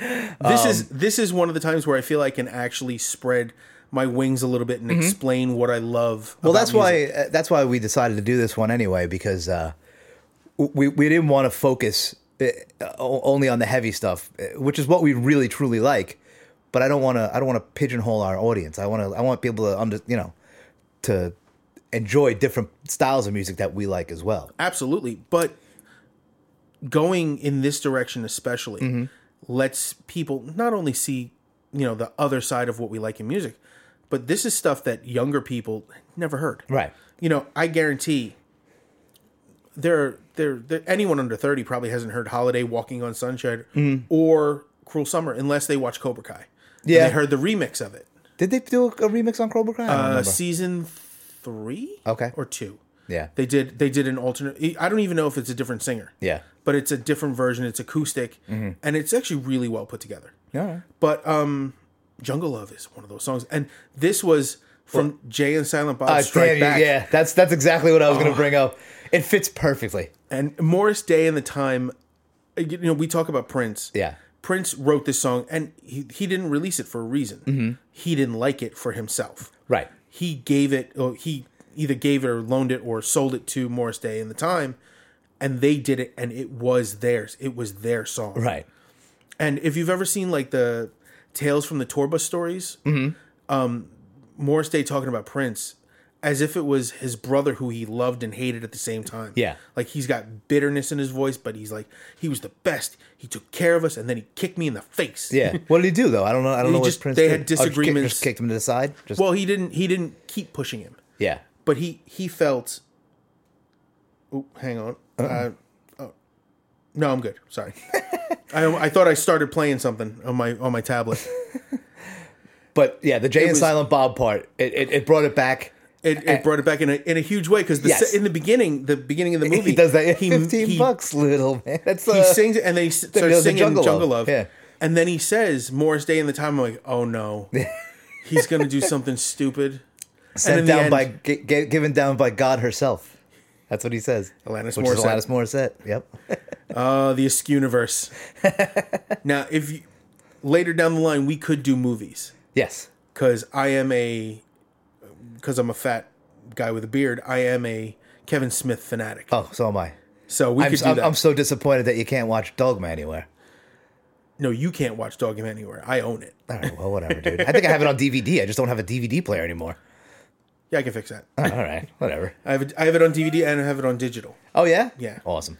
Speaker 2: this
Speaker 1: Um,
Speaker 2: is this is one of the times where I feel I can actually spread my wings a little bit and explain what I love.
Speaker 1: Mm-hmm. Well, that's why uh, that's why we decided to do this one anyway because uh, we we didn't want to focus uh, o- only on the heavy stuff, uh, which is what we really truly like. But I don't want to I don't want to pigeonhole our audience. I want to I want people to under, you know to enjoy different styles of music that we like as well.
Speaker 2: Absolutely. But going in this direction especially
Speaker 1: Mm-hmm.
Speaker 2: lets people not only see, you know, the other side of what we like in music, but this is stuff that younger people never heard.
Speaker 1: Right.
Speaker 2: You know, I guarantee there there, there anyone under 30 probably hasn't heard Holiday Walking on Sunshine
Speaker 1: Mm-hmm.
Speaker 2: or Cruel Summer unless they watch Cobra Kai. And
Speaker 1: Yeah.
Speaker 2: they heard the remix of it.
Speaker 1: Did they do a, a remix on Cobra Kai? I don't
Speaker 2: Uh,
Speaker 1: remember.
Speaker 2: season 3
Speaker 1: Okay.
Speaker 2: or 2.
Speaker 1: yeah.
Speaker 2: They did they did an alternate I don't even know if it's a different singer
Speaker 1: yeah. Mm-hmm.
Speaker 2: but it's a different version. It's acoustic, and it's actually really well put together.
Speaker 1: All right.
Speaker 2: But um, Jungle Love is one of those songs, and this was from Jay and Silent Bob
Speaker 1: Uh,
Speaker 2: Strike
Speaker 1: damn you,
Speaker 2: Back,
Speaker 1: yeah, that's that's exactly what I was going to bring up. It fits perfectly.
Speaker 2: and Morris Day and the time. uh, You know, we talk about Prince.
Speaker 1: Yeah.
Speaker 2: Prince wrote this song, and he, he didn't release it for a reason. He didn't like it for himself.
Speaker 1: Mm-hmm. Right.
Speaker 2: He gave it. Or he either gave it or loaned it or sold it to Morris Day and the time, and they did it, and it was theirs. It was their song.
Speaker 1: Right.
Speaker 2: And if you've ever seen like the Tales from the Tour Bus stories, um,
Speaker 1: Mm-hmm.
Speaker 2: Morris Day talking about Prince as if it was his brother who he loved and hated at the same time.
Speaker 1: Yeah.
Speaker 2: Like he's got bitterness in his voice, but he's like, he was the best. He took care of us, and then he kicked me in the face.
Speaker 1: Yeah. What did he do though? I don't know. I don't know
Speaker 2: just-
Speaker 1: what Prince
Speaker 2: they
Speaker 1: did.
Speaker 2: had
Speaker 1: Oh, just kick-
Speaker 2: disagreements.
Speaker 1: just kicked him to the side. Just
Speaker 2: Well, he didn't. He didn't keep pushing him,
Speaker 1: yeah.
Speaker 2: but he he felt. Oh, hang on.
Speaker 1: Uh-uh.
Speaker 2: Uh, oh. No, I'm good. Sorry. I, I thought I started playing something on my on my tablet.
Speaker 1: But yeah, the Jay and
Speaker 2: was-
Speaker 1: Silent Bob part, it, it, it brought it back.
Speaker 2: It, it brought it back in a in a huge way because
Speaker 1: Eh. Yes.
Speaker 2: in the beginning, the beginning of the movie,
Speaker 1: He does that.
Speaker 2: He,
Speaker 1: Fifteen
Speaker 2: he,
Speaker 1: bucks, little man. That's
Speaker 2: he
Speaker 1: uh,
Speaker 2: sings it and then he s- starts
Speaker 1: does the
Speaker 2: singing Jungle,
Speaker 1: Jungle
Speaker 2: Love.
Speaker 1: Love, yeah.
Speaker 2: And then he says Morris Day in the time. I'm like, oh no, he's gonna do something stupid.
Speaker 1: sent
Speaker 2: in the
Speaker 1: down
Speaker 2: end-
Speaker 1: by g- g- given down by God herself. That's what he says.
Speaker 2: Alanis
Speaker 1: which is
Speaker 2: Morissette.
Speaker 1: Alanis Morissette. Yep.
Speaker 2: Uh, the Askew universe. now, if you, later down the line, we could do movies
Speaker 1: yes.
Speaker 2: because I am a because I'm a fat guy with a beard. I am a Kevin Smith fanatic.
Speaker 1: Oh, so am I.
Speaker 2: so we
Speaker 1: I'm,
Speaker 2: could do
Speaker 1: I'm,
Speaker 2: that.
Speaker 1: I'm so disappointed that you can't watch Dogma anywhere.
Speaker 2: no, you can't watch Dog Him Anywhere. I own it.
Speaker 1: All right. Well, whatever, dude. I think I have it on DVD. I just don't have a DVD player anymore.
Speaker 2: Yeah, I can fix that.
Speaker 1: Oh, all right. Whatever.
Speaker 2: I have, it, I have it on DVD and I have it on digital.
Speaker 1: Oh yeah.
Speaker 2: Yeah.
Speaker 1: Awesome.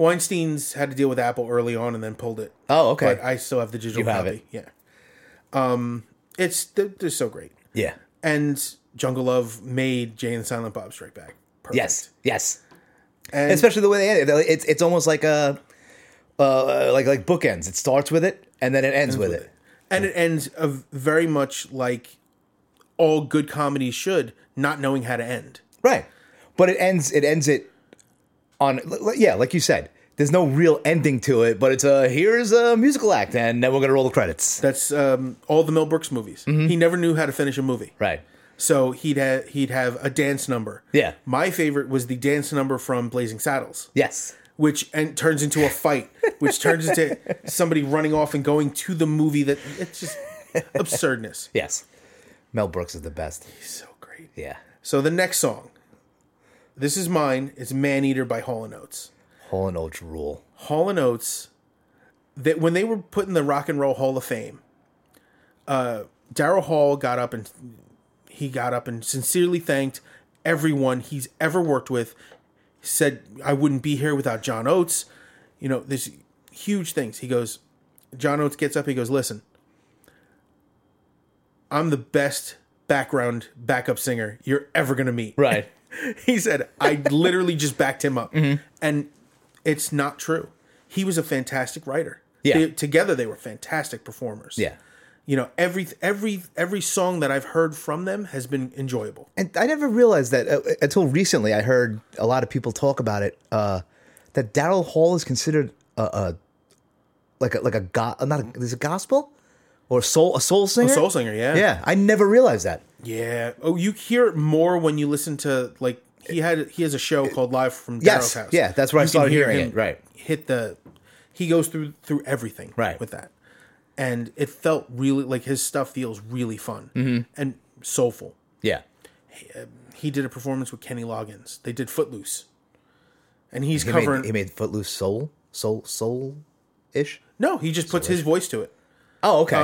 Speaker 2: Weinstein's had to deal with Apple early on and then pulled it.
Speaker 1: Oh, okay.
Speaker 2: But I still have the digital
Speaker 1: have
Speaker 2: copy.
Speaker 1: it.
Speaker 2: Yeah. Um, it's they're, they're so great.
Speaker 1: yeah.
Speaker 2: And Jungle Love made Jay and Silent Bob Strike Back. Perfect.
Speaker 1: Yes. Yes.
Speaker 2: And
Speaker 1: especially the way they end it. It's it's almost like a uh, like like bookends. It starts with it and then it ends with it.
Speaker 2: and it ends of very much like all good comedies should, not knowing how to end.
Speaker 1: Right. But it ends it ends it on l- l- yeah, like you said. There's no real ending to it, but it's a here's a musical act and then we're going to roll the credits.
Speaker 2: That's um, all the Mel Brooks movies. He never knew how to finish a movie.
Speaker 1: Mm-hmm. Right.
Speaker 2: So he'd ha- he'd have a dance number.
Speaker 1: Yeah.
Speaker 2: My favorite was the dance number from Blazing Saddles,
Speaker 1: Yes.
Speaker 2: which and turns into a fight, which turns into somebody running off and going to the movie. That it's just absurdness.
Speaker 1: Yes. Mel Brooks is the best.
Speaker 2: He's so great.
Speaker 1: Yeah.
Speaker 2: So the next song, this is mine. It's Man Eater by Hall and Oates.
Speaker 1: Hole and Oates rule.
Speaker 2: Hall and Oates, that when they were put in the Rock and Roll Hall of Fame, uh, Daryl Hall got up and he got up and sincerely thanked everyone he's ever worked with said I wouldn't be here without John Oates. You know, there's huge things. He goes, John Oates gets up, he goes, Listen, I'm the best background backup singer you're ever gonna meet.
Speaker 1: Right.
Speaker 2: he said, I literally just backed him up.
Speaker 1: Mm-hmm.
Speaker 2: And it's not true. He was a fantastic writer.
Speaker 1: Yeah.
Speaker 2: They- together they were fantastic performers.
Speaker 1: Yeah.
Speaker 2: You know, every every every song that I've heard from them has been enjoyable.
Speaker 1: And I never realized that uh, until recently. I heard a lot of people talk about it. Uh, that Daryl Hall is considered a, a like a like a go- uh, not a, is it gospel or soul a soul singer.
Speaker 2: Soul singer, yeah.
Speaker 1: Yeah, I never realized that.
Speaker 2: Yeah. Oh, you hear it more when you listen to like he had he has a show called Live from Daryl's
Speaker 1: Yes,
Speaker 2: House.
Speaker 1: yeah, that's where I
Speaker 2: You can
Speaker 1: started
Speaker 2: hear
Speaker 1: hearing
Speaker 2: him
Speaker 1: it, right.
Speaker 2: Hit the he goes through through everything
Speaker 1: Right.
Speaker 2: with that. And it felt really like his stuff feels really fun
Speaker 1: Mm-hmm.
Speaker 2: and soulful.
Speaker 1: Yeah,
Speaker 2: He did a performance with Kenny Loggins. They did Footloose. And he's
Speaker 1: he
Speaker 2: covering
Speaker 1: made, he made Footloose soul soul soul ish.
Speaker 2: No, he just puts his voice to it.
Speaker 1: Oh, okay.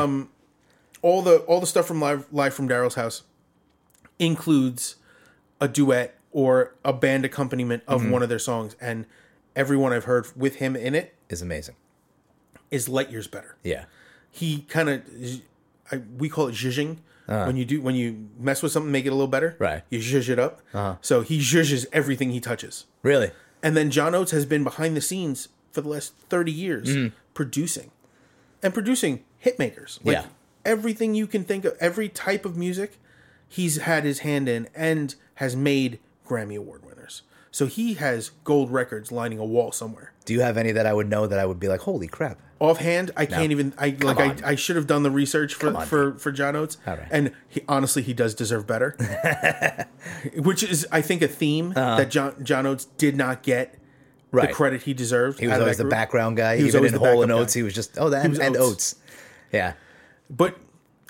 Speaker 2: all the all the stuff from live live from Daryl's house includes a duet or a band accompaniment of one of their songs, and everyone I've heard with him in it
Speaker 1: is amazing.
Speaker 2: is light years better.
Speaker 1: Yeah,
Speaker 2: He kind of we call it zhuzhing. When you do when you mess with something, make it a little better.
Speaker 1: Right.
Speaker 2: You zhuzh it up. So he zhuzhes everything he touches.
Speaker 1: really.
Speaker 2: And then John Oates has been behind the scenes for the last 30 years
Speaker 1: Mm.
Speaker 2: producing and producing hit makers. Like
Speaker 1: Yeah.
Speaker 2: everything you can think of, every type of music, he's had his hand in and has made Grammy Award winners. So he has gold records lining a wall somewhere.
Speaker 1: Do you have any that I would know that I would be like, holy crap?
Speaker 2: Offhand, I can't even. I like.
Speaker 1: on.
Speaker 2: I, I should have done the research for
Speaker 1: on.
Speaker 2: for for John Oates.
Speaker 1: All right.
Speaker 2: And he, honestly, he does deserve better. Which is, I think, a theme
Speaker 1: Uh-huh.
Speaker 2: that John John Oates did not get
Speaker 1: Right.
Speaker 2: the credit he deserved.
Speaker 1: he was always the background guy. Even in Hole and Oats, he was just oh that
Speaker 2: was
Speaker 1: and
Speaker 2: Oates.
Speaker 1: Oats. Yeah,
Speaker 2: But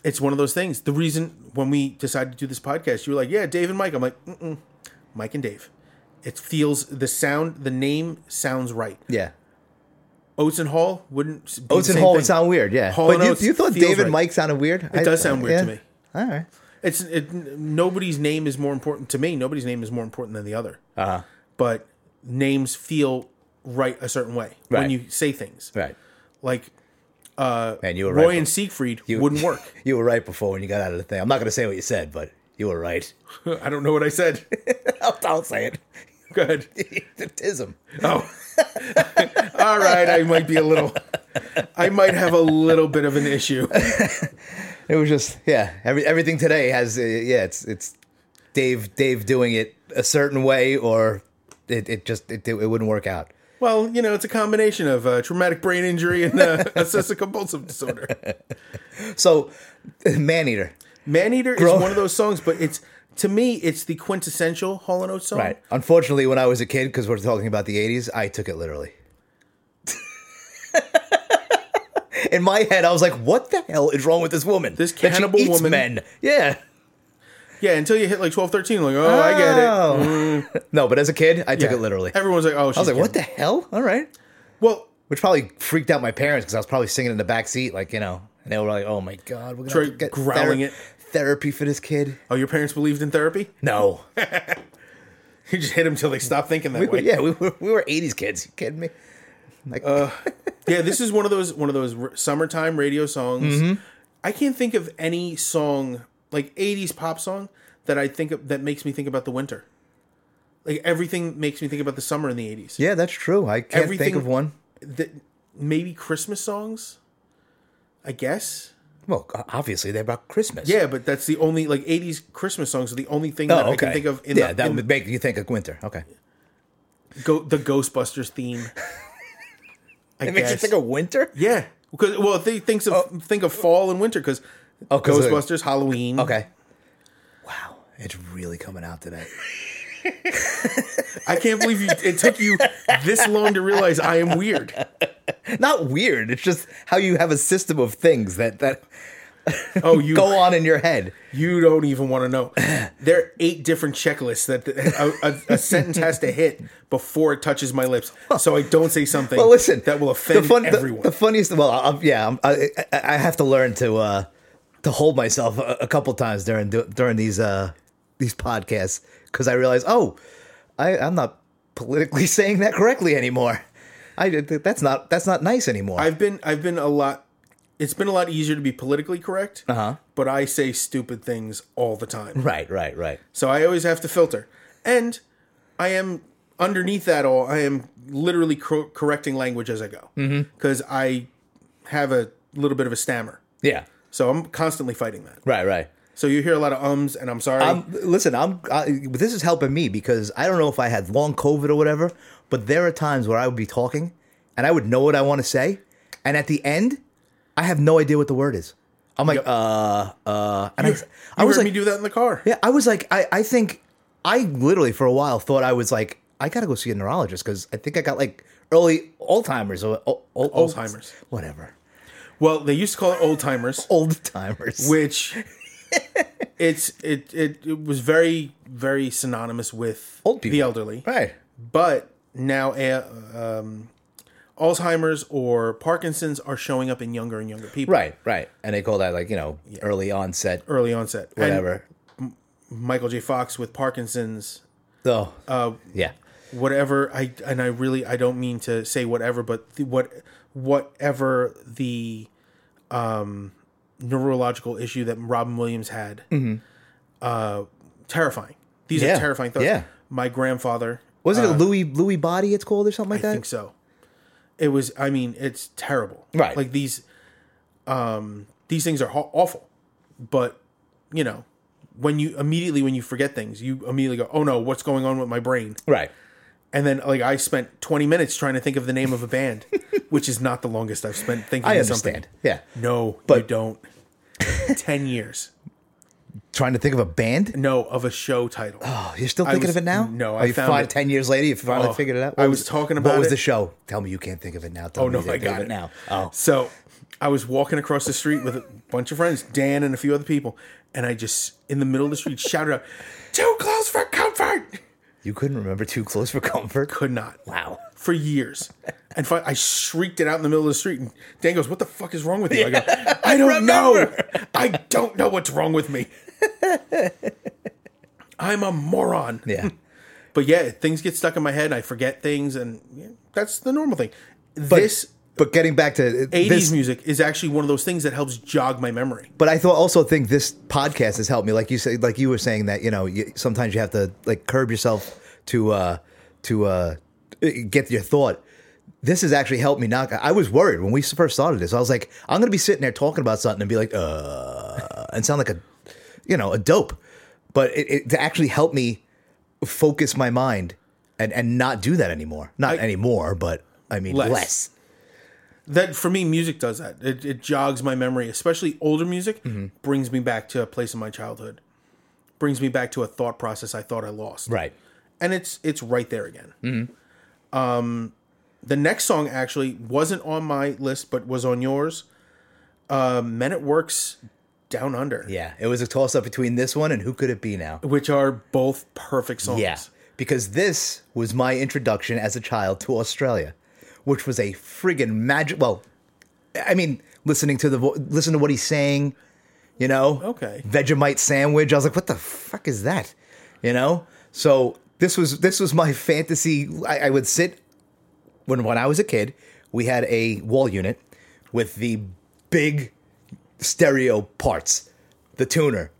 Speaker 2: it's one of those things. The reason when we decided to do this podcast, you were like, "Yeah, Dave and Mike." I'm like, Mm-mm, "Mike and Dave." It feels the sound, the name sounds right.
Speaker 1: yeah.
Speaker 2: Oates and Hall wouldn't. s- be the
Speaker 1: Oats and
Speaker 2: same
Speaker 1: Oh, Hall
Speaker 2: thing.
Speaker 1: would sound weird, yeah.
Speaker 2: Hall
Speaker 1: but
Speaker 2: and
Speaker 1: you,
Speaker 2: Oates
Speaker 1: you thought
Speaker 2: feels
Speaker 1: Dave
Speaker 2: right.
Speaker 1: and Mike sounded weird? It
Speaker 2: does sound weird to me.
Speaker 1: All right.
Speaker 2: It's it, nobody's name is more important to me. Nobody's name is more important than the other.
Speaker 1: Uh-huh.
Speaker 2: But names feel right a certain way when
Speaker 1: Right.
Speaker 2: you say things.
Speaker 1: Right.
Speaker 2: Like
Speaker 1: Man, you were
Speaker 2: Roy
Speaker 1: right.
Speaker 2: and Siegfried wouldn't work.
Speaker 1: you were right before when you got out of the thing. I'm not going to say what you said, but you were right.
Speaker 2: I don't know what I said.
Speaker 1: I'll, I'll say it.
Speaker 2: Go ahead.
Speaker 1: Tism.
Speaker 2: Oh. All right, I might be a little I might have a little bit of an issue.
Speaker 1: It was just yeah. Every, everything today has uh, yeah. It's it's Dave Dave doing it a certain way or it, it just it, it wouldn't work out.
Speaker 2: Well, you know, it's a combination of uh, traumatic brain injury and uh, obsessive compulsive disorder.
Speaker 1: So man eater.
Speaker 2: Man Eater
Speaker 1: Grow-
Speaker 2: is one of those songs, but it's to me it's the quintessential Hall and Oates song.
Speaker 1: Right. Unfortunately, when I was a kid, because we're talking about the '80s, I took it literally. In my head, I was like, "What the hell is wrong with this woman?
Speaker 2: This
Speaker 1: That she
Speaker 2: cannibal
Speaker 1: eats
Speaker 2: woman-
Speaker 1: Men. Yeah.
Speaker 2: Yeah, until you hit like 12, 13, like, oh, I get it. Mm.
Speaker 1: Oh. no, but as a kid, I took
Speaker 2: Yeah.
Speaker 1: it literally. I
Speaker 2: Everyone's like, oh, she's
Speaker 1: was like, "What the hell? All right."
Speaker 2: Well,
Speaker 1: Which probably freaked out my parents because I was probably singing in the back seat, like you know, and they were like, "Oh my god, we're gonna
Speaker 2: Try
Speaker 1: have to get
Speaker 2: growling
Speaker 1: thera-
Speaker 2: it.
Speaker 1: therapy for this kid."
Speaker 2: oh, your parents believed in therapy?
Speaker 1: No.
Speaker 2: You just hit them till they stop thinking that
Speaker 1: We were-
Speaker 2: way.
Speaker 1: yeah, we were we were '80s kids. You kidding me? Like,
Speaker 2: Uh, yeah, this is one of those one of those r- summertime radio songs.
Speaker 1: Mm-hmm.
Speaker 2: I can't think of any song like '80s pop song that I think of, that makes me think about the winter. Like everything makes me think about the summer in the '80s.
Speaker 1: yeah, that's true. I can't
Speaker 2: Everything-
Speaker 1: think of one.
Speaker 2: The, maybe Christmas songs, I guess.
Speaker 1: Well, o- obviously they're about Christmas.
Speaker 2: Yeah, but that's the only like '80s Christmas songs are the only thing
Speaker 1: Oh,
Speaker 2: that
Speaker 1: okay.
Speaker 2: I can think of. In
Speaker 1: yeah,
Speaker 2: the,
Speaker 1: that
Speaker 2: in
Speaker 1: would make you think of winter. Okay.
Speaker 2: the, go, the Ghostbusters theme. I
Speaker 1: It makes you
Speaker 2: guess.
Speaker 1: think of winter.
Speaker 2: yeah, because well, they thinks of think of fall and winter because
Speaker 1: Oh, 'cause of the-
Speaker 2: Ghostbusters, Halloween.
Speaker 1: Okay. Wow, it's really coming out today.
Speaker 2: I can't believe you, it took you this long to realize I am weird.
Speaker 1: Not weird. It's just how you have a system of things that that
Speaker 2: Oh, you
Speaker 1: go on in your head.
Speaker 2: you don't even want to know. There are eight different checklists that the, a, a, a sentence has to hit before it touches my lips, so I don't say something.
Speaker 1: Well, listen,
Speaker 2: that will offend
Speaker 1: the fun, the-
Speaker 2: everyone.
Speaker 1: The, funniest. Well, i yeah, I'm, I, I I have to learn to uh, to hold myself a, a couple times during during these uh, these these podcasts because I realize, oh, I, I'm not politically saying that correctly anymore. I that's not that's not nice anymore.
Speaker 2: I've been I've been a lot. It's been a lot easier to be politically correct,
Speaker 1: Uh-huh.
Speaker 2: but I say stupid things all the time.
Speaker 1: right, right, right.
Speaker 2: So I always have to filter. And I am underneath that all, I am literally cor- correcting language as I go because mm I have a little bit of a stammer.
Speaker 1: Yeah,
Speaker 2: So I'm constantly fighting that.
Speaker 1: right, right.
Speaker 2: So you hear a lot of ums, and I'm sorry.
Speaker 1: I'm, listen, I'm. I, this is helping me because I don't know if I had long COVID or whatever, but there are times where I would be talking, and I would know what I want to say, and at the end, I have no idea what the word is. I'm like,
Speaker 2: Yep.
Speaker 1: uh, uh, and I,
Speaker 2: you
Speaker 1: I was
Speaker 2: heard
Speaker 1: like,
Speaker 2: me do that in the car.
Speaker 1: yeah, I was like, I, I think I literally for a while thought I was like, I gotta go see a neurologist because I think I got like early Alzheimer's or o- o-
Speaker 2: Alzheimer's.
Speaker 1: whatever,
Speaker 2: Well, they used to call it old timers,
Speaker 1: old timers.
Speaker 2: which it's it, it it was very very synonymous with
Speaker 1: Old
Speaker 2: the
Speaker 1: people.
Speaker 2: elderly,
Speaker 1: Right.
Speaker 2: but now uh, um, Alzheimer's or Parkinson's are showing up in younger and younger people.
Speaker 1: Right, right. And they call that like, you know, early onset,
Speaker 2: Early onset. And
Speaker 1: whatever.
Speaker 2: Michael J. Fox with Parkinson's,
Speaker 1: So, yeah.
Speaker 2: whatever. I and I really I don't mean to say whatever, but the, what whatever the um, neurological issue that Robin Williams had, uh, terrifying. These
Speaker 1: Mm-hmm. Yeah.
Speaker 2: are terrifying thoughts.
Speaker 1: Yeah.
Speaker 2: My grandfather.
Speaker 1: Was it a Louis Louis body it's called or something like
Speaker 2: Uh, I
Speaker 1: that?
Speaker 2: think so. It was. I mean, it's terrible.
Speaker 1: Right.
Speaker 2: Like these, um, these things are ho- awful. But you know, when you immediately when you forget things, you immediately go, "Oh no, what's going on with my brain?"
Speaker 1: Right.
Speaker 2: And then like I spent 20 minutes trying to think of the name of a band, which is not the longest I've spent thinking.
Speaker 1: I
Speaker 2: of something.
Speaker 1: understand. Yeah.
Speaker 2: No, but you
Speaker 1: But-
Speaker 2: don't. 10 years.
Speaker 1: Trying to think of a band?
Speaker 2: No, of a show title.
Speaker 1: Oh, you're still thinking
Speaker 2: was-
Speaker 1: of it now?
Speaker 2: no,
Speaker 1: Oh,
Speaker 2: I
Speaker 1: you
Speaker 2: found
Speaker 1: find-
Speaker 2: it. Oh,
Speaker 1: 10 years later, you finally figured it out?
Speaker 2: I was talking about
Speaker 1: What was
Speaker 2: it.
Speaker 1: the show? Tell me you can't think of it now. Tell
Speaker 2: Oh,
Speaker 1: me
Speaker 2: no,
Speaker 1: you can't
Speaker 2: I
Speaker 1: think
Speaker 2: got
Speaker 1: of
Speaker 2: it.
Speaker 1: now. Oh.
Speaker 2: So I was walking across the street with a bunch of friends, Dan and a few other people, and I just in the middle of the street shouted out, "Too close for comfort!"
Speaker 1: You couldn't remember Too Close for Comfort?
Speaker 2: Could not
Speaker 1: Wow.
Speaker 2: for years, and fi- I shrieked it out in the middle of the street. And Dan goes, "What the fuck is wrong with you?" I go, "I don't know. I don't know what's wrong with me. I'm a moron."
Speaker 1: Yeah.
Speaker 2: But yeah, things get stuck in my head. I forget things, and yeah, that's the normal thing. this
Speaker 1: But getting back to
Speaker 2: 80s
Speaker 1: this,
Speaker 2: music is actually one of those things that helps jog my memory.
Speaker 1: but I thought also think this podcast has helped me. Like you said, like you were saying that you know you, sometimes you have to like curb yourself to uh to uh get your thought. This has actually helped me. Not I was worried when we first started this. I was like, I'm gonna be sitting there talking about something and be like, uh, and sound like a you know a dope. But it, it to actually help me focus my mind and and not do that anymore. Not
Speaker 2: I-
Speaker 1: anymore, but I mean
Speaker 2: Less.
Speaker 1: less.
Speaker 2: That for me, music does that. It, it jogs my memory, especially older music.
Speaker 1: Mm-hmm.
Speaker 2: Brings me back to a place in my childhood. Brings me back to a thought process I thought I lost.
Speaker 1: Right. Mm-hmm.
Speaker 2: and it's it's right there again. Um, the next song actually wasn't on my list, but was on yours. Uh, Men at Work's Down Under,
Speaker 1: Yeah, it was a toss up between this one and who could it be now?
Speaker 2: which are both perfect songs.
Speaker 1: Yeah, because this was my introduction as a child to Australia, which was a friggin' magic. Well, I mean, listening to the vo- listen to what he's saying, you know.
Speaker 2: Okay.
Speaker 1: Vegemite sandwich. I was like, what the fuck is that? You know. So this was this was my fantasy. I, I would sit when when I was a kid. We had a wall unit with the big stereo parts, the tuner,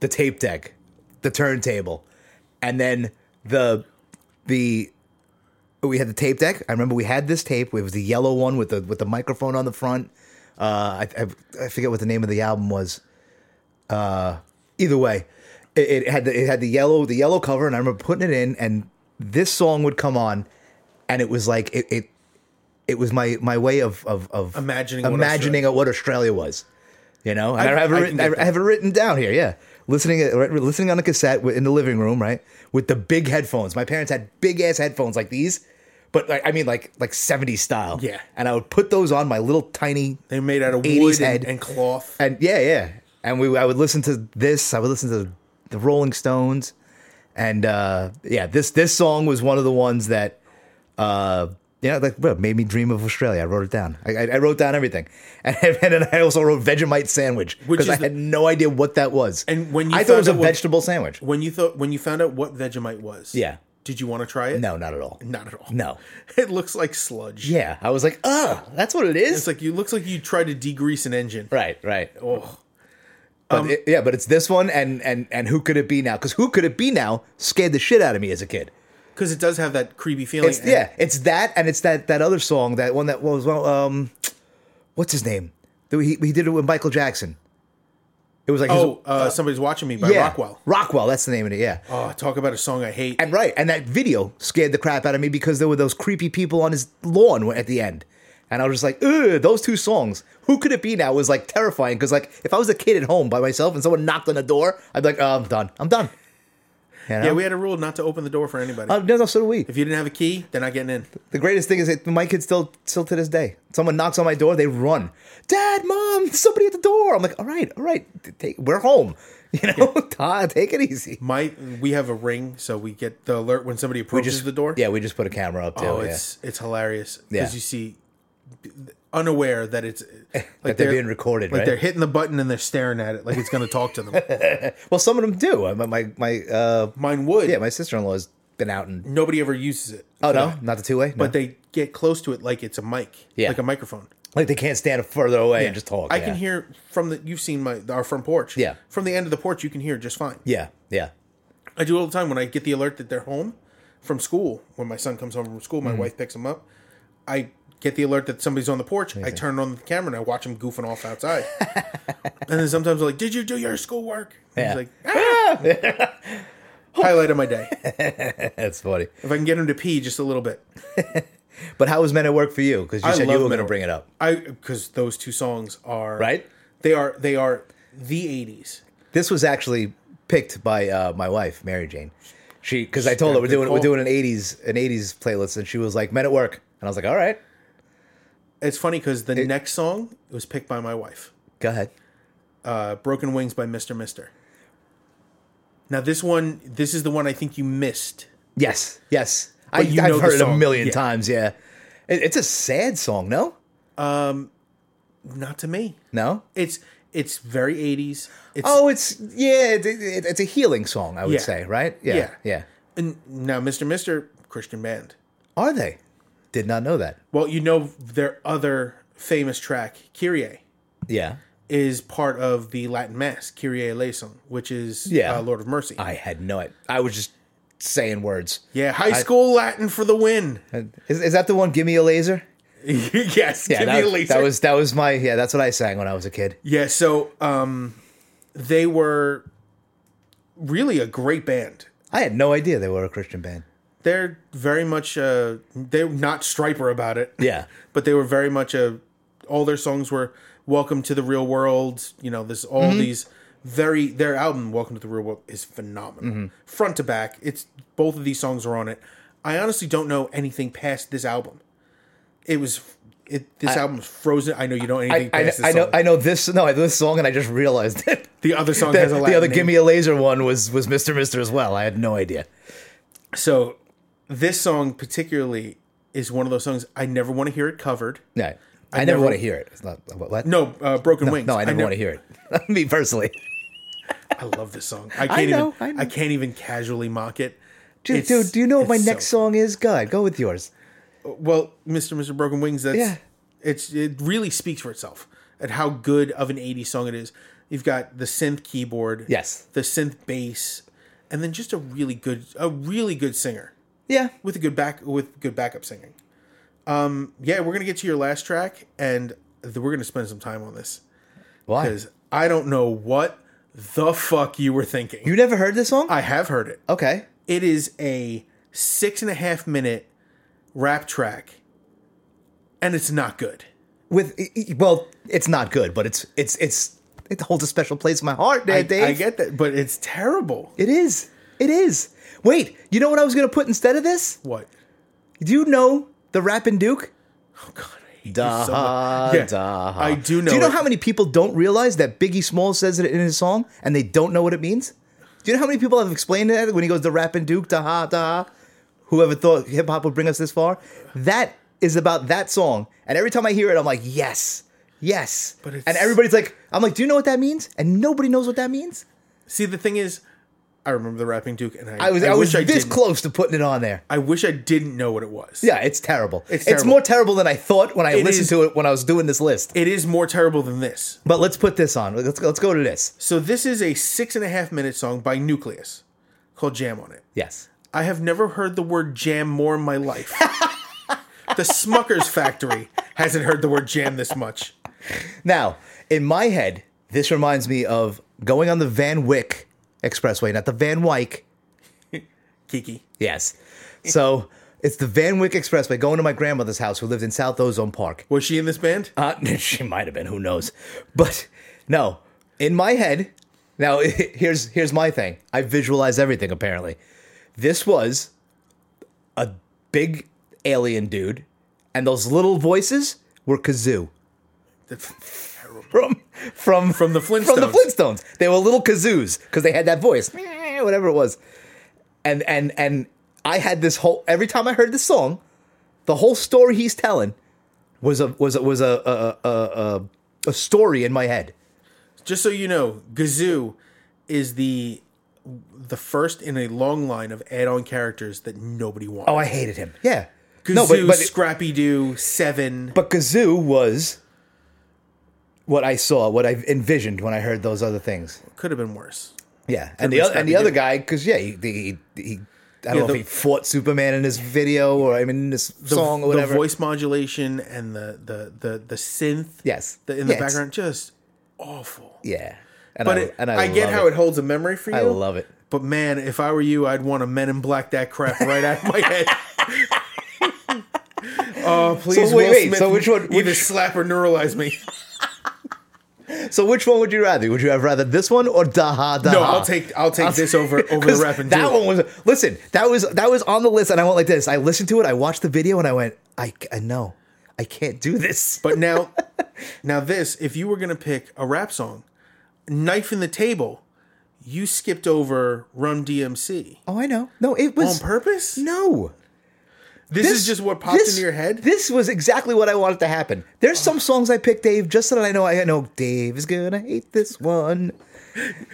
Speaker 1: the tape deck, the turntable, and then the the oh, we had the tape deck. I remember we had this tape. It was the yellow one with the with the microphone on the front. Uh, I, I I forget what the name of the album was. Uh, either way, it, it had the, it had the yellow the yellow cover, and I remember putting it in, and this song would come on, and it was like it it, it was my my way of of, of
Speaker 2: Imagining what
Speaker 1: imagining what Australia was. You know, and I,
Speaker 2: I-
Speaker 1: have it
Speaker 2: I can
Speaker 1: written,
Speaker 2: get
Speaker 1: I, I have it written down here. Yeah, listening uh, right, listening on a cassette wi- in the living room, right, with the big headphones. My parents had big ass headphones like these, but like I mean, like like '70s style.
Speaker 2: Yeah.
Speaker 1: and I would put those on my little tiny
Speaker 2: They're made out of
Speaker 1: 80s
Speaker 2: wood
Speaker 1: head.
Speaker 2: and, and cloth.
Speaker 1: and yeah, yeah. And we I would listen to this. I would listen to the Rolling Stones, and uh, yeah, this this song was one of the ones that uh, You know, like bro, made me dream of Australia. I wrote it down. I, I, I wrote down everything, and, and then I also wrote Vegemite sandwich
Speaker 2: Which
Speaker 1: because I
Speaker 2: is the-
Speaker 1: had no idea what that was.
Speaker 2: And when you
Speaker 1: I thought it
Speaker 2: found
Speaker 1: was a
Speaker 2: out what-
Speaker 1: vegetable sandwich.
Speaker 2: When you thought when you found out what Vegemite was,
Speaker 1: Yeah.
Speaker 2: did you want to try it?
Speaker 1: No, not at all.
Speaker 2: not at all.
Speaker 1: No.
Speaker 2: it looks like sludge.
Speaker 1: Yeah, I was like, oh, that's what it is.
Speaker 2: it's like you looks like you tried to degrease an engine.
Speaker 1: right, right.
Speaker 2: Oh,
Speaker 1: But
Speaker 2: Um,
Speaker 1: it- yeah, but it's this one, and and and who could it be now? Because who could it be now? Scared the shit out of me as a kid.
Speaker 2: because it does have that creepy feeling.
Speaker 1: It's
Speaker 2: and-
Speaker 1: yeah, it's that, and it's that that other song, that one that was well, um, what's his name? That He he did it with Michael Jackson. It was like his-
Speaker 2: Oh, uh, somebody's watching me by
Speaker 1: yeah,
Speaker 2: Rockwell.
Speaker 1: Rockwell, that's the name of it. Yeah,
Speaker 2: Oh, talk about a song I hate.
Speaker 1: and right, and that video scared the crap out of me because there were those creepy people on his lawn at the end. And I was just like, ugh, those two songs. Who could it be now? Was like terrifying because like if I was a kid at home by myself and someone knocked on the door, I'd be like, oh, I'm done. I'm done. You know?
Speaker 2: yeah, we had a rule not to open the door for anybody.
Speaker 1: um, Uh, no, no, so do we.
Speaker 2: if you didn't have a key, they're not getting in.
Speaker 1: The greatest thing is that my kids still still to this day. Someone knocks on my door, they run. Dad, mom, somebody at the door. I'm like, all right, all right, t- take, we're home. You know, Todd, take it easy.
Speaker 2: My we have a ring, so we get the alert when somebody approaches the door.
Speaker 1: Yeah, we just put a camera up too.
Speaker 2: Oh,
Speaker 1: yeah.
Speaker 2: it's it's hilarious
Speaker 1: Yeah.
Speaker 2: because you see, unaware that it's like
Speaker 1: they're being recorded,
Speaker 2: Like
Speaker 1: right?
Speaker 2: they're hitting the button and they're staring at it like it's going to talk to them.
Speaker 1: Well, some of them do. Uh, My my, my uh,
Speaker 2: Mine would.
Speaker 1: yeah, my sister in law's been out and
Speaker 2: Nobody ever uses it.
Speaker 1: oh no, not the two way.
Speaker 2: But they get close to it like it's a mic,
Speaker 1: Yeah.
Speaker 2: like a microphone.
Speaker 1: like they can't stand further away and just talk.
Speaker 2: I
Speaker 1: yeah.
Speaker 2: can hear from the. You've seen my our front porch.
Speaker 1: Yeah.
Speaker 2: From the end of the porch, you can hear just fine.
Speaker 1: Yeah, yeah,
Speaker 2: I do all the time when I get the alert that they're home from school. When my son comes home from school,
Speaker 1: Mm-hmm.
Speaker 2: my wife picks him up. I get the alert that somebody's on the porch. I turn on the camera and I watch him goofing off outside. and then sometimes I'm like, "Did you do your schoolwork?" And
Speaker 1: Yeah.
Speaker 2: He's like, "Ah!" highlight of my day.
Speaker 1: that's funny.
Speaker 2: If I can get him to pee just a little bit,
Speaker 1: But how was Men at Work for you? Because you
Speaker 2: I
Speaker 1: said you
Speaker 2: love
Speaker 1: were going
Speaker 2: Men
Speaker 1: to
Speaker 2: at
Speaker 1: bring it up.
Speaker 2: I because those two songs are
Speaker 1: Right?
Speaker 2: They are they are the '80s.
Speaker 1: This was actually picked by uh, my wife, Mary Jane. She because I told her we're
Speaker 2: good
Speaker 1: doing we're
Speaker 2: call.
Speaker 1: doing an '80s an '80s playlist, and she was like Men at Work, and I was like, all right,
Speaker 2: It's funny because the next song was picked by my wife.
Speaker 1: go ahead.
Speaker 2: uh, Broken Wings by Mr. Mister. Now this one, this is the one I think you missed.
Speaker 1: Yes, yes, I,
Speaker 2: you know
Speaker 1: I've
Speaker 2: the
Speaker 1: heard it a
Speaker 2: song,
Speaker 1: million
Speaker 2: yeah.
Speaker 1: times. Yeah, it, it's a sad song. No,
Speaker 2: Not to me.
Speaker 1: no.
Speaker 2: It's it's very 80s. It's
Speaker 1: Oh, it's yeah, it, it, it's a healing song. I would
Speaker 2: Yeah.
Speaker 1: say, right? Yeah, yeah,
Speaker 2: Yeah. and now Mr. Mister Christian band.
Speaker 1: Are they? Did not know that.
Speaker 2: Well, you know their other famous track Kyrie
Speaker 1: Yeah,
Speaker 2: is part of the Latin Mass Kyrie eleison, which is
Speaker 1: Yeah.
Speaker 2: uh, Lord of Mercy.
Speaker 1: I had no. I, I was just saying words.
Speaker 2: yeah, high school Latin for the win.
Speaker 1: Is, is that the one? Give me a laser.
Speaker 2: yes,
Speaker 1: Yeah, that,
Speaker 2: give me a laser.
Speaker 1: that was that was my yeah. That's what I sang when I was a kid.
Speaker 2: Yeah, so um, they were really a great band.
Speaker 1: I had no idea they were a Christian band.
Speaker 2: they're very much uh they're not striper about it
Speaker 1: Yeah.
Speaker 2: but they were very much a all their songs were welcome to the real world you know this
Speaker 1: Mm-hmm.
Speaker 2: all these very their album welcome to the real world is phenomenal
Speaker 1: Mm-hmm.
Speaker 2: front to back it's both of these songs are on it i honestly don't know anything past this album it was it this album was frozen i know you don't know
Speaker 1: I,
Speaker 2: anything
Speaker 1: I, I
Speaker 2: past this
Speaker 1: know
Speaker 2: song
Speaker 1: I know this no I know this song and I just realized that
Speaker 2: the other song
Speaker 1: the,
Speaker 2: has a Latin
Speaker 1: the other
Speaker 2: name.
Speaker 1: "Give Me a Laser" one was was Mister Mister as well. I had no idea.
Speaker 2: so this song particularly is one of those songs i never want to hear it covered
Speaker 1: Yeah, I, never
Speaker 2: never-
Speaker 1: want to hear it. It's not what. what?
Speaker 2: no uh, broken wings
Speaker 1: no, I never
Speaker 2: nev-
Speaker 1: want to hear it. Me personally,
Speaker 2: I love this song. I can't
Speaker 1: know,
Speaker 2: even.
Speaker 1: I
Speaker 2: I,
Speaker 1: know.
Speaker 2: can't even casually mock it.
Speaker 1: dude.
Speaker 2: It's-
Speaker 1: dude, do you know what my
Speaker 2: it's
Speaker 1: next
Speaker 2: so-
Speaker 1: song is? God, go with yours.
Speaker 2: Well, Mr. Mr. Broken Wings. That's
Speaker 1: Yeah.
Speaker 2: it's it really speaks for itself at how good of an '80s song it is. You've got the synth keyboard,
Speaker 1: Yes.
Speaker 2: the synth bass, and then just a really good, a really good singer
Speaker 1: Yeah,
Speaker 2: with a good back with good backup singing. Um, yeah, we're gonna get to your last track, and th- we're gonna spend some time on this
Speaker 1: why?
Speaker 2: because I don't know what the fuck you were thinking.
Speaker 1: You never heard this song?
Speaker 2: I have heard it.
Speaker 1: okay,
Speaker 2: It is a six and a half minute rap track, and it's not good.
Speaker 1: with e- e- well, it's not good, but it's it's it's it holds a special place in my heart,
Speaker 2: I,
Speaker 1: Dad. Dave.
Speaker 2: I get that, but it's terrible.
Speaker 1: It is. It is. Wait, you know what I was gonna put instead of this?
Speaker 2: What?
Speaker 1: Do you know the Rappin' Duke?
Speaker 2: Oh God, I hate
Speaker 1: Da
Speaker 2: you so much. Yeah, I do know.
Speaker 1: Do you know
Speaker 2: it.
Speaker 1: how many people don't realize that Biggie Small says it in his song and they don't know what it means? Do you know how many people have explained that when he goes the Rappin' Duke, da ha da? ha"? Whoever thought hip hop would bring us this far? That is about that song. And every time I hear it, I'm like, yes, yes.
Speaker 2: But it's-
Speaker 1: and everybody's like, I'm like, do you know what that means? And nobody knows what that means.
Speaker 2: See, the thing is, I remember the Rapping Duke, and I,
Speaker 1: I was I, was
Speaker 2: wish I
Speaker 1: this
Speaker 2: didn't.
Speaker 1: close to putting it on there.
Speaker 2: I wish I didn't know what it was.
Speaker 1: Yeah, it's terrible. It's,
Speaker 2: It's terrible.
Speaker 1: more terrible than I thought when I
Speaker 2: It
Speaker 1: listened
Speaker 2: is-
Speaker 1: to it when I was doing this list.
Speaker 2: It is more terrible than this.
Speaker 1: But let's put this on. Let's let's go to this.
Speaker 2: So this is a six and a half minute song by Nucleus called Jam on It.
Speaker 1: Yes.
Speaker 2: I have never heard the word jam more in my life. the Smuckers Factory hasn't heard the word jam this much.
Speaker 1: Now, in my head, this reminds me of going on the Van Wyck Expressway, not the Van Wyck.
Speaker 2: Kiki.
Speaker 1: Yes. So it's the Van Wyck Expressway going to my grandmother's house who lived in South Ozone Park.
Speaker 2: Was she in this band?
Speaker 1: Uh, she might have been, who knows? But no, in my head, now here's here's my thing. I visualize everything apparently. This was a big alien dude, and those little voices were kazoo
Speaker 2: That's terrible.
Speaker 1: from from
Speaker 2: From the Flintstones.
Speaker 1: from the Flintstones. They were little kazoos because they had that voice, "Meow," whatever it was. And and and I had this whole every time I heard this song, the whole story he's telling was a was a was a a a, a, a story in my head.
Speaker 2: Just so you know, Gazoo is the the first in a long line of add-on characters that nobody wants.
Speaker 1: Oh, I hated him. Yeah.
Speaker 2: Gazoo,
Speaker 1: no, but but,
Speaker 2: Scrappy Doo, Seven.
Speaker 1: but kazoo was what I saw, what I envisioned when I heard those other things.
Speaker 2: Could have been worse.
Speaker 1: Yeah, and the other and the
Speaker 2: Scrappy
Speaker 1: other
Speaker 2: Doo.
Speaker 1: guy, because yeah, he, he, he I don't know
Speaker 2: the-
Speaker 1: if he fought Superman in this video or I mean in this song or whatever.
Speaker 2: The voice modulation and the the the the synth.
Speaker 1: Yes.
Speaker 2: the, in the
Speaker 1: Yeah, it's-
Speaker 2: background, just awful.
Speaker 1: Yeah, and
Speaker 2: But
Speaker 1: I,
Speaker 2: it,
Speaker 1: and
Speaker 2: I,
Speaker 1: I,
Speaker 2: get
Speaker 1: love
Speaker 2: how
Speaker 1: it.
Speaker 2: it holds a memory for you.
Speaker 1: I love it.
Speaker 2: But man, if I were you, I'd want to Men in Black that crap right out of my head. Oh please,
Speaker 1: So wait,
Speaker 2: Will
Speaker 1: wait,
Speaker 2: Smith,
Speaker 1: so which one-
Speaker 2: Either
Speaker 1: which-
Speaker 2: slap or neuralize me.
Speaker 1: So, which one would you rather? Would you have rather this one or Daha Daha?
Speaker 2: No, I'll take I'll take this over over the
Speaker 1: Ah. 'Cause
Speaker 2: rap and
Speaker 1: that
Speaker 2: Duke.
Speaker 1: one was listen. That was that was on the list, and I went like this. I listened to it. I watched the video, and I went, I, c- I know, I can't do this.
Speaker 2: But now, now this, if you were gonna pick a rap song, "Knife in the Table," you skipped over Run DMC
Speaker 1: Oh, I know. No, it
Speaker 2: on
Speaker 1: was
Speaker 2: purpose.
Speaker 1: no.
Speaker 2: this, is just what popped
Speaker 1: this-
Speaker 2: into your head.
Speaker 1: This was exactly what I wanted to happen. There's some songs I picked, Dave, just so that I know. I know Dave is gonna hate this one.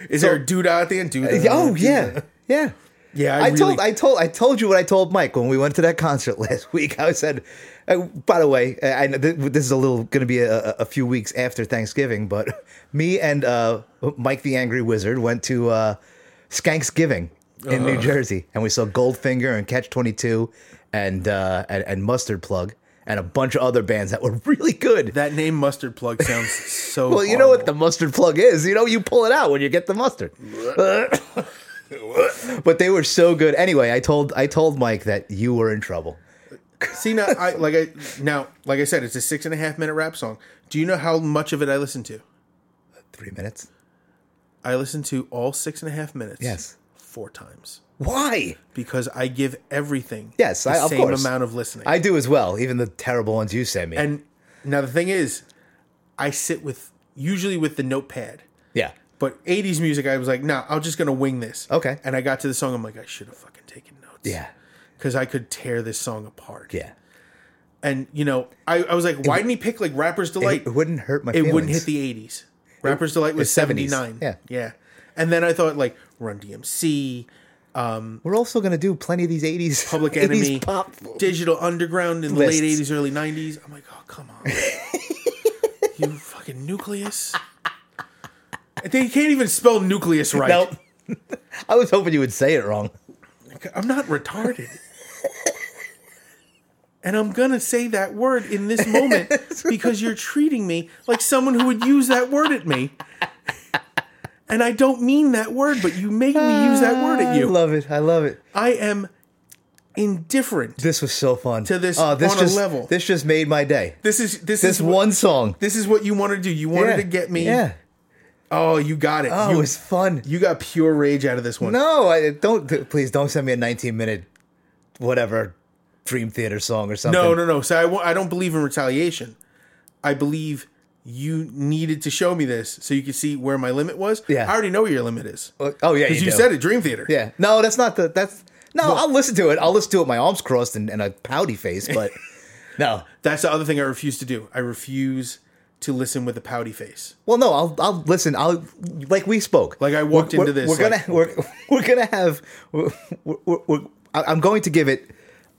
Speaker 2: Is there a dude out there? Dude,
Speaker 1: Oh yeah, yeah.
Speaker 2: yeah. I,
Speaker 1: I,
Speaker 2: really,
Speaker 1: told I told I told you what I told Mike when we went to that concert last week. I said, uh, by the way, I I know th- this is a little going to be a, a- a few weeks after Thanksgiving, but me and uh, Mike the Angry Wizard went to uh, Skanksgiving in
Speaker 2: Uh-huh.
Speaker 1: New Jersey, and we saw Goldfinger and Catch Twenty Two, and, uh, and and Mustard Plug, and a bunch of other bands that were really good.
Speaker 2: that name mustard plug sounds so.
Speaker 1: well, you know what
Speaker 2: horrible.
Speaker 1: the mustard plug is. You know, you pull it out when you get the mustard. but they were so good. Anyway, I told I told Mike that you were in trouble.
Speaker 2: See now, I like I now like I said, it's a six and a half minute rap song. Do you know how much of it I listened to?
Speaker 1: Three minutes.
Speaker 2: I listened to all six and a half minutes.
Speaker 1: Yes.
Speaker 2: four times
Speaker 1: Why?
Speaker 2: because I give everything.
Speaker 1: Yes,
Speaker 2: the
Speaker 1: I- of
Speaker 2: same
Speaker 1: course.
Speaker 2: amount of listening.
Speaker 1: I do as well. Even the terrible ones you send me.
Speaker 2: and now the thing is, I sit with usually with the notepad.
Speaker 1: yeah.
Speaker 2: But 80s music, I was like, nah, I'm just gonna wing this.
Speaker 1: Okay.
Speaker 2: And I got to the song, I'm like, I should have fucking taken notes.
Speaker 1: Yeah.
Speaker 2: Because I could tear this song apart.
Speaker 1: Yeah.
Speaker 2: And you know, I, I was like, why didn't he pick like Rapper's Delight?
Speaker 1: It wouldn't hurt my.
Speaker 2: it
Speaker 1: feelings.
Speaker 2: wouldn't hit the 80s. Rapper's Delight was
Speaker 1: 70s.
Speaker 2: 79.
Speaker 1: Yeah.
Speaker 2: Yeah. And then I thought like Run DMC,
Speaker 1: We're also gonna do plenty of these eighties
Speaker 2: Public Enemy,
Speaker 1: pop.
Speaker 2: Digital Underground in
Speaker 1: lists.
Speaker 2: the late 80s, early 90s. I'm like, oh, come on. you fucking nucleus. And They can't even spell nucleus right.
Speaker 1: Nope. I was hoping you would say it wrong.
Speaker 2: I'm not retarded. And I'm going to say that word in this moment because you're treating me like someone who would use that word at me. And I don't mean that word, but you make me use that word at
Speaker 1: I
Speaker 2: you.
Speaker 1: love it. I love it.
Speaker 2: I am indifferent.
Speaker 1: This was so fun. To
Speaker 2: this on a
Speaker 1: just,
Speaker 2: level.
Speaker 1: This just made my day.
Speaker 2: This is this,
Speaker 1: This
Speaker 2: is what,
Speaker 1: one song.
Speaker 2: this is what you wanted to do. You wanted to get me.
Speaker 1: Yeah.
Speaker 2: Oh, you got it.
Speaker 1: Oh,
Speaker 2: you,
Speaker 1: it was fun.
Speaker 2: you got pure rage out of this one.
Speaker 1: No, I don't. th- Please don't send me a 19 minute, whatever, Dream Theater song or something.
Speaker 2: No, no, no. So I, wa- I don't believe in retaliation. I believe you needed to show me this so you could see where my limit was.
Speaker 1: Yeah.
Speaker 2: I already know where your limit is.
Speaker 1: Uh, Oh yeah,
Speaker 2: Because you,
Speaker 1: do.
Speaker 2: said it, Dream Theater.
Speaker 1: Yeah. No, that's not the. That's no. I'll listen to it. I'll listen to it. with My arms crossed and, and a pouty face, but No.
Speaker 2: That's the other thing I refuse to do. I refuse to listen with a pouty face.
Speaker 1: Well, no, I'll I'll listen. I'll like we spoke.
Speaker 2: Like I walked
Speaker 1: We're-
Speaker 2: into this.
Speaker 1: We're
Speaker 2: like,
Speaker 1: gonna we're, we're gonna have we're, we're, we're, I- I'm going to give it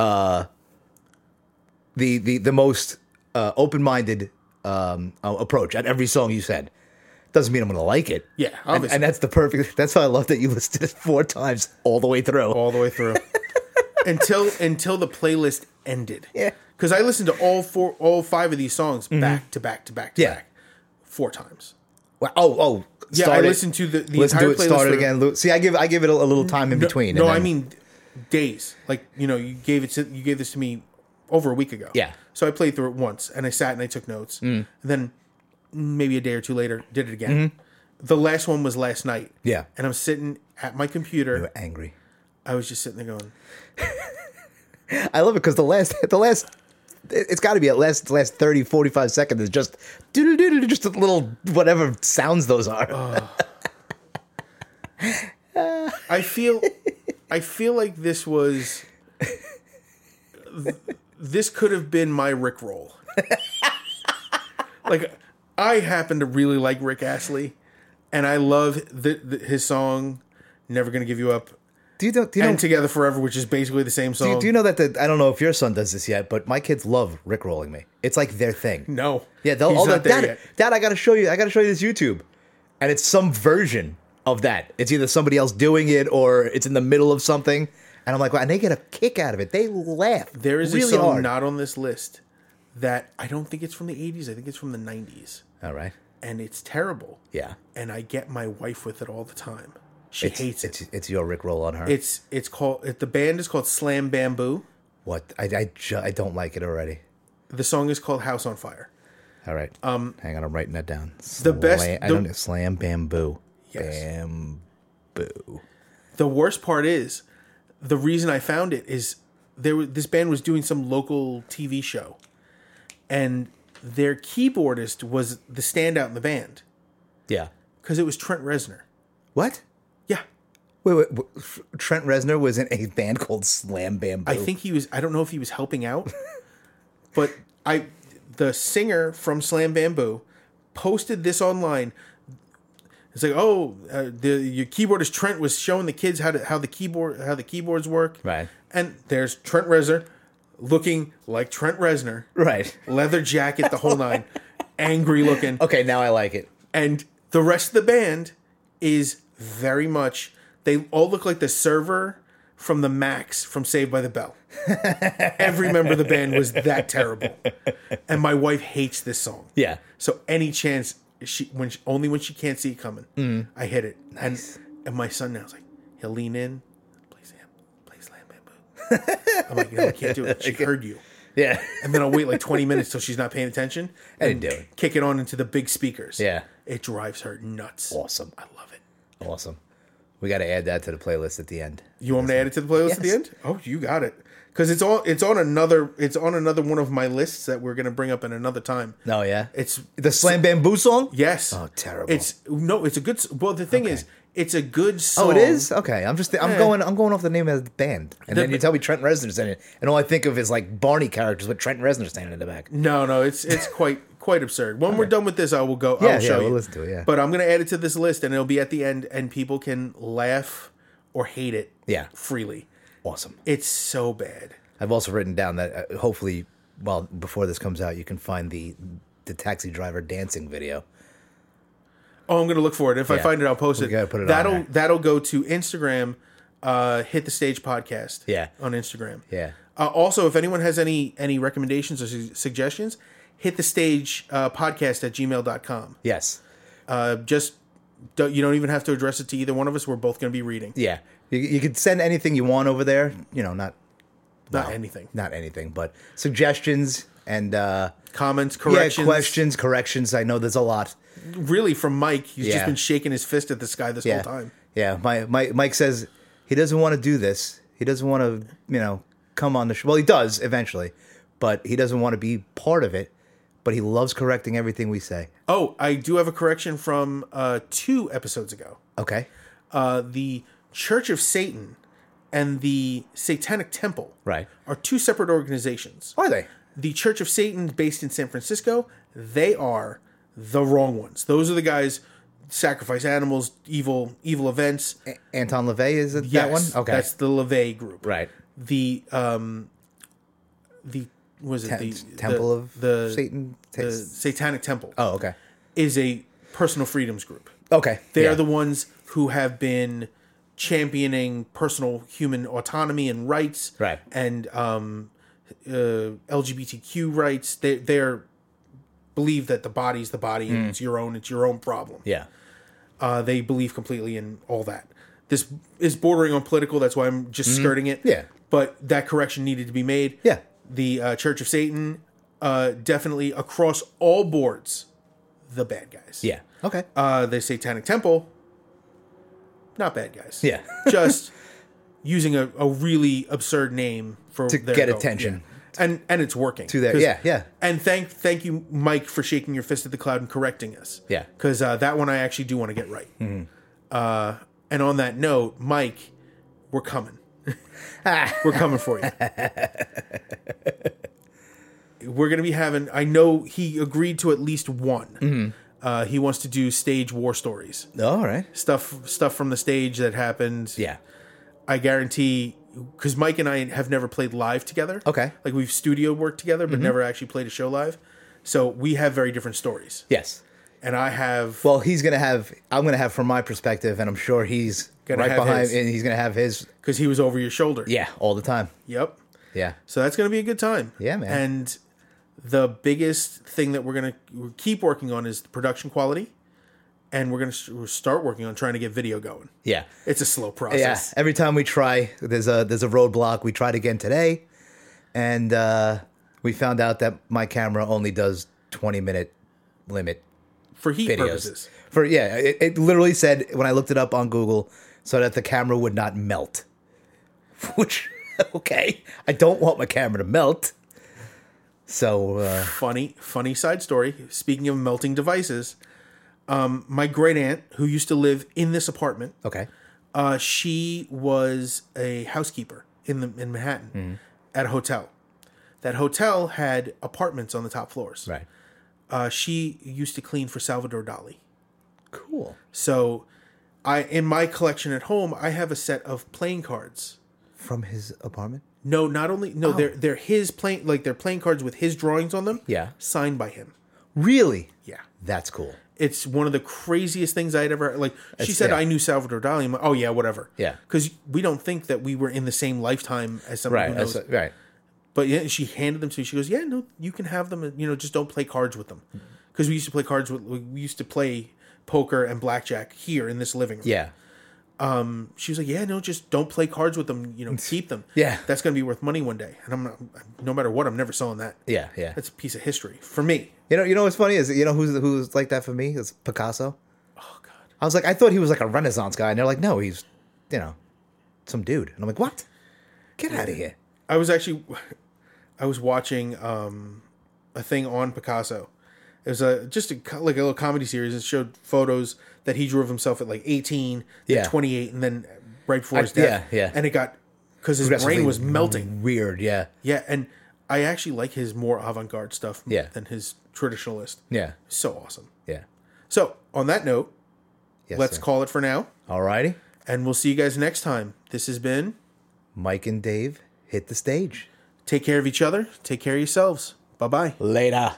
Speaker 1: uh the the the most uh, open minded um uh, approach at every song you said. Doesn't mean I'm gonna like it.
Speaker 2: Yeah,
Speaker 1: and,
Speaker 2: obviously.
Speaker 1: and that's the perfect. That's why I love that you listed it four times all the way through.
Speaker 2: all the way through until until the playlist ended.
Speaker 1: Yeah. Mm-hmm.
Speaker 2: because I listened to all four, all five of these songs back to back to back to
Speaker 1: Yeah.
Speaker 2: back four times.
Speaker 1: Wow. Oh, oh.
Speaker 2: Yeah,
Speaker 1: start
Speaker 2: I
Speaker 1: it,
Speaker 2: listened to the, the
Speaker 1: Listen
Speaker 2: entire
Speaker 1: to it. Start
Speaker 2: playlist
Speaker 1: it
Speaker 2: for-
Speaker 1: again. Lou- See, I give I give it a, a little time in between.
Speaker 2: No,
Speaker 1: and
Speaker 2: I
Speaker 1: then-
Speaker 2: mean days. Like you know, you gave it to you gave this to me over a week ago.
Speaker 1: Yeah. Mm.
Speaker 2: So I played through it once, and I sat and I took notes. And then maybe a day or two later, did it again. The last one was last night.
Speaker 1: Mm-hmm. Yeah.
Speaker 2: And I'm sitting at my computer.
Speaker 1: angry.
Speaker 2: I was just sitting there going,
Speaker 1: I love it because the last the last it- it's got to be at last last 30 45 seconds is just doo-doo-doo-doo, just a little whatever sounds those are
Speaker 2: Uh, I feel, I feel like this was, th- this could have been my Rick roll. like, I happen to really like Rick Astley, and I love the, the, his song "Never Gonna Give You Up"
Speaker 1: do you know do you know,
Speaker 2: and "Together Forever," which is basically the same
Speaker 1: do,
Speaker 2: song.
Speaker 1: you- do you know that the, I don't know if your son does this yet but my kids love rickrolling me it's like their thing
Speaker 2: no,
Speaker 1: yeah they'll
Speaker 2: He's
Speaker 1: all that
Speaker 2: not there
Speaker 1: dad,
Speaker 2: yet.
Speaker 1: dad I gotta show you I gotta show you this YouTube and it's some version of that it's either somebody else doing it or it's in the middle of something and I'm like wow, and they get a kick out of it they laugh
Speaker 2: There is
Speaker 1: really
Speaker 2: a song
Speaker 1: hard
Speaker 2: not on this list that I don't think it's from the '80s. I think it's from the '90s,
Speaker 1: all right
Speaker 2: and it's terrible.
Speaker 1: yeah
Speaker 2: and I get my wife with it all the time. She hates it.
Speaker 1: it's it's your rickroll on her
Speaker 2: It's it's called it, the band is called Slam Bamboo.
Speaker 1: What I I, ju- I don't like it already.
Speaker 2: The song is called House on Fire.
Speaker 1: All right. Um, hang on, I'm writing that down.
Speaker 2: the best-
Speaker 1: Slam- I
Speaker 2: the-
Speaker 1: don't know. Slam bamboo.
Speaker 2: Yes.
Speaker 1: Bamboo.
Speaker 2: The worst part is the reason I found it is there was- this band was doing some local TV show and their keyboardist was the standout in the band
Speaker 1: Yeah.
Speaker 2: cuz it was Trent Reznor.
Speaker 1: What?
Speaker 2: Yeah.
Speaker 1: Wait, wait, wait. F- Trent Reznor was in a band called Slam Bamboo.
Speaker 2: I think he was I don't know if he was helping out but I the singer from Slam Bamboo posted this online it's like oh uh, the your keyboardist Trent was showing the kids how to how the keyboard how the keyboards work
Speaker 1: Right.
Speaker 2: and there's Trent Reznor looking like Trent Reznor
Speaker 1: Right.
Speaker 2: leather jacket the whole nine angry looking
Speaker 1: Okay, now I like it.
Speaker 2: and the rest of the band is very much they all look like the server from the Max from Saved by the Bell. Every member of the band was that terrible, and my wife hates this song.
Speaker 1: Yeah.
Speaker 2: So any chance she when she, only when she can't see it coming, I hit it. And and my son now is like he'll lean in, play Sam, play Slam Bamboo. I'm like no, I can't do it. She heard you.
Speaker 1: Yeah.
Speaker 2: And then I'll wait like 20 minutes till she's not paying attention.
Speaker 1: I didn't do it.
Speaker 2: Kick it on into the big speakers.
Speaker 1: Yeah.
Speaker 2: It drives her nuts.
Speaker 1: Awesome.
Speaker 2: I love it.
Speaker 1: Awesome. We got to add that to the playlist at the end.
Speaker 2: You want me to add it to the playlist at the
Speaker 1: Yes.
Speaker 2: end? Oh, you got it. Because it's all it's on another it's on another one of my lists that we're gonna bring up in another time.
Speaker 1: No, yeah.
Speaker 2: It's
Speaker 1: the Slam Bamboo song.
Speaker 2: yes.
Speaker 1: Oh, terrible.
Speaker 2: It's no, it's a good. s- Well, the thing is, it's a good song.
Speaker 1: Oh, it is okay. I'm just I'm
Speaker 2: Yeah.
Speaker 1: going I'm going off the name of the band, and then
Speaker 2: The-
Speaker 1: you tell me Trent Reznor's in it, and all I think of is like Barney characters with Trent Reznor standing in the back.
Speaker 2: No, no, it's it's quite quite absurd. When we're done with this, I will go.
Speaker 1: Yeah,
Speaker 2: I'll
Speaker 1: yeah,
Speaker 2: show
Speaker 1: we'll
Speaker 2: you.
Speaker 1: listen to it, yeah.
Speaker 2: but I'm gonna add it to this list, and it'll be at the end, and people can laugh or hate it.
Speaker 1: Yeah.
Speaker 2: freely.
Speaker 1: Awesome.
Speaker 2: It's so bad.
Speaker 1: I've also written down that uh, hopefully, well, before this comes out, you can find the the taxi driver dancing video.
Speaker 2: Oh, I'm gonna look for it. If I
Speaker 1: Yeah.
Speaker 2: find it, I'll post it.
Speaker 1: gotta put it on
Speaker 2: that'll
Speaker 1: there.
Speaker 2: that'll go to Instagram. Uh, hit the stage podcast.
Speaker 1: Yeah.
Speaker 2: on Instagram.
Speaker 1: Yeah,
Speaker 2: Uh, also, if anyone has any any recommendations or su- suggestions, hit the stage uh, podcast at gmail.com.
Speaker 1: yes,
Speaker 2: Uh, just don't, you don't even have to address it to either one of us. We're both going to be reading.
Speaker 1: yeah. You, you can send anything you want over there. You know, not
Speaker 2: Not anything.
Speaker 1: not anything, but suggestions and uh,
Speaker 2: Comments,
Speaker 1: yeah,
Speaker 2: corrections.
Speaker 1: questions, corrections. I know there's a lot.
Speaker 2: Really, from Mike. He's
Speaker 1: Yeah.
Speaker 2: just been shaking his fist at the sky this
Speaker 1: Yeah,
Speaker 2: whole time.
Speaker 1: yeah. My, my Mike says he doesn't want to do this. He doesn't want to, you know, come on the show. Well, he does eventually, but he doesn't want to be part of it. But he loves correcting everything we say.
Speaker 2: Oh, I do have a correction from uh, two episodes ago.
Speaker 1: Okay,
Speaker 2: Uh, the Church of Satan and the Satanic Temple
Speaker 1: right.
Speaker 2: are two separate organizations.
Speaker 1: Are they?
Speaker 2: The Church of Satan, based in San Francisco, they are the wrong ones. Those are the guys sacrifice animals, evil, evil events.
Speaker 1: Anton LaVey is it that
Speaker 2: Yes,
Speaker 1: one? Okay,
Speaker 2: that's the LeVay group.
Speaker 1: right.
Speaker 2: The um, the was it
Speaker 1: Tem-
Speaker 2: the
Speaker 1: Temple
Speaker 2: the-
Speaker 1: of
Speaker 2: the
Speaker 1: Satan?
Speaker 2: the Satanic Temple
Speaker 1: oh, okay.
Speaker 2: is a personal freedoms group.
Speaker 1: Okay,
Speaker 2: They
Speaker 1: yeah.
Speaker 2: are the ones who have been championing personal human autonomy and rights,
Speaker 1: Right.
Speaker 2: And um, uh, LGBTQ rights. They they're believe that the body's the body and it's your own. It's your own problem.
Speaker 1: Hmm. yeah.
Speaker 2: Uh, they believe completely in all that. This is bordering on political. That's why I'm just skirting it.
Speaker 1: Hmm. Yeah.
Speaker 2: But that correction needed to be made.
Speaker 1: Yeah.
Speaker 2: The uh, Church of Satan, uh, definitely across all boards, the bad guys.
Speaker 1: Yeah. Okay.
Speaker 2: Uh, the Satanic Temple, not bad guys.
Speaker 1: Yeah.
Speaker 2: just using a, a really absurd name for
Speaker 1: To
Speaker 2: their
Speaker 1: get
Speaker 2: goal.
Speaker 1: attention.
Speaker 2: Yeah. And and it's working.
Speaker 1: To their-
Speaker 2: 'Cause-
Speaker 1: yeah, yeah.
Speaker 2: And thank thank you, Mike, for shaking your fist at the cloud and correcting us.
Speaker 1: Yeah.
Speaker 2: Because uh, that one I actually do want to get right. Uh, and on that note, Mike, we're coming. we're coming for you. we're gonna be having. I know he agreed to at least one. Uh, he wants to do stage war stories,
Speaker 1: All right.
Speaker 2: stuff stuff from the stage that happened.
Speaker 1: Yeah.
Speaker 2: I guarantee because Mike and I have never played live together.
Speaker 1: Okay. Mm-hmm.
Speaker 2: Like we've studio worked together, but never actually played a show live. So we have very different stories.
Speaker 1: Yes.
Speaker 2: And I have
Speaker 1: Well, he's gonna have. I'm gonna have from my perspective, and I'm sure he's
Speaker 2: Gonna
Speaker 1: right
Speaker 2: have
Speaker 1: behind,
Speaker 2: his.
Speaker 1: and he's gonna have his.
Speaker 2: because he was over your shoulder.
Speaker 1: Yeah, all the time.
Speaker 2: Yep.
Speaker 1: Yeah.
Speaker 2: So that's going to be a good time.
Speaker 1: Yeah, man.
Speaker 2: And the biggest thing that we're going to keep working on is the production quality. And we're going to start working on trying to get video going.
Speaker 1: Yeah.
Speaker 2: It's a slow
Speaker 1: Yeah.
Speaker 2: process.
Speaker 1: Every time we try, there's a there's a roadblock. We tried again today, and uh, we found out that my camera only does 20 minute limit
Speaker 2: For heat
Speaker 1: videos.
Speaker 2: purposes.
Speaker 1: For yeah, it, it literally said when I looked it up on Google, so that the camera would not melt. Which okay, I don't want my camera to melt. So uh,
Speaker 2: funny funny side story speaking of melting devices um, my great aunt who used to live in this apartment
Speaker 1: okay,
Speaker 2: uh, she was a housekeeper in the in manhattan
Speaker 1: Mm-hmm.
Speaker 2: at a hotel that hotel had apartments on the top floors
Speaker 1: right,
Speaker 2: uh, she used to clean for salvador dali
Speaker 1: cool.
Speaker 2: so i in my collection at home i have a set of playing cards
Speaker 1: From his apartment.
Speaker 2: no not only
Speaker 1: Oh.
Speaker 2: no they're they're his playing like they're playing cards with his drawings on them
Speaker 1: Yeah.
Speaker 2: signed by him
Speaker 1: Really,
Speaker 2: yeah
Speaker 1: that's cool.
Speaker 2: it's one of the craziest things I'd ever like. She said
Speaker 1: yeah.
Speaker 2: I knew Salvador Dali. I'm like, oh yeah, whatever.
Speaker 1: Yeah.
Speaker 2: because we don't think that we were in the same lifetime as somebody
Speaker 1: Right,
Speaker 2: who knows.
Speaker 1: that's- right.
Speaker 2: but yeah, she handed them to me. She goes, yeah, no, you can have them. You know, just don't play cards with them
Speaker 1: Mm-hmm.
Speaker 2: because we used to play cards with. We used to play poker and blackjack here in this living room.
Speaker 1: Yeah,
Speaker 2: She was like, yeah, no, just don't play cards with them. You know, keep them.
Speaker 1: Yeah.
Speaker 2: that's gonna be worth money one day. And I'm not. No matter what, I'm never selling that.
Speaker 1: yeah, yeah.
Speaker 2: That's a piece of history for me.
Speaker 1: You know, you know what's funny is you know who's who's like that for me is Picasso.
Speaker 2: Oh God.
Speaker 1: I was like, I thought he was like a Renaissance guy, and they're like, no, he's you know some dude, and I'm like, what? Get out of here.
Speaker 2: I was actually, I was watching um, a thing on Picasso. It was a just a, co- like a little comedy series. It showed photos that he drew of himself at like eighteen, yeah.
Speaker 1: Yeah.
Speaker 2: twenty eight, and then right before
Speaker 1: I-
Speaker 2: his death.
Speaker 1: yeah, yeah.
Speaker 2: And it got because his brain was melting.
Speaker 1: Weird. Yeah.
Speaker 2: Yeah, and I actually like his more avant garde stuff
Speaker 1: Yeah.
Speaker 2: than his traditionalist.
Speaker 1: Yeah.
Speaker 2: So awesome.
Speaker 1: Yeah.
Speaker 2: So on that note,
Speaker 1: Yes,
Speaker 2: let's call it for now,
Speaker 1: All righty.
Speaker 2: and we'll see you guys next time. This has been.
Speaker 1: Mike and Dave hit the stage.
Speaker 2: Take care of each other. Take care of yourselves. Bye bye.
Speaker 1: Later.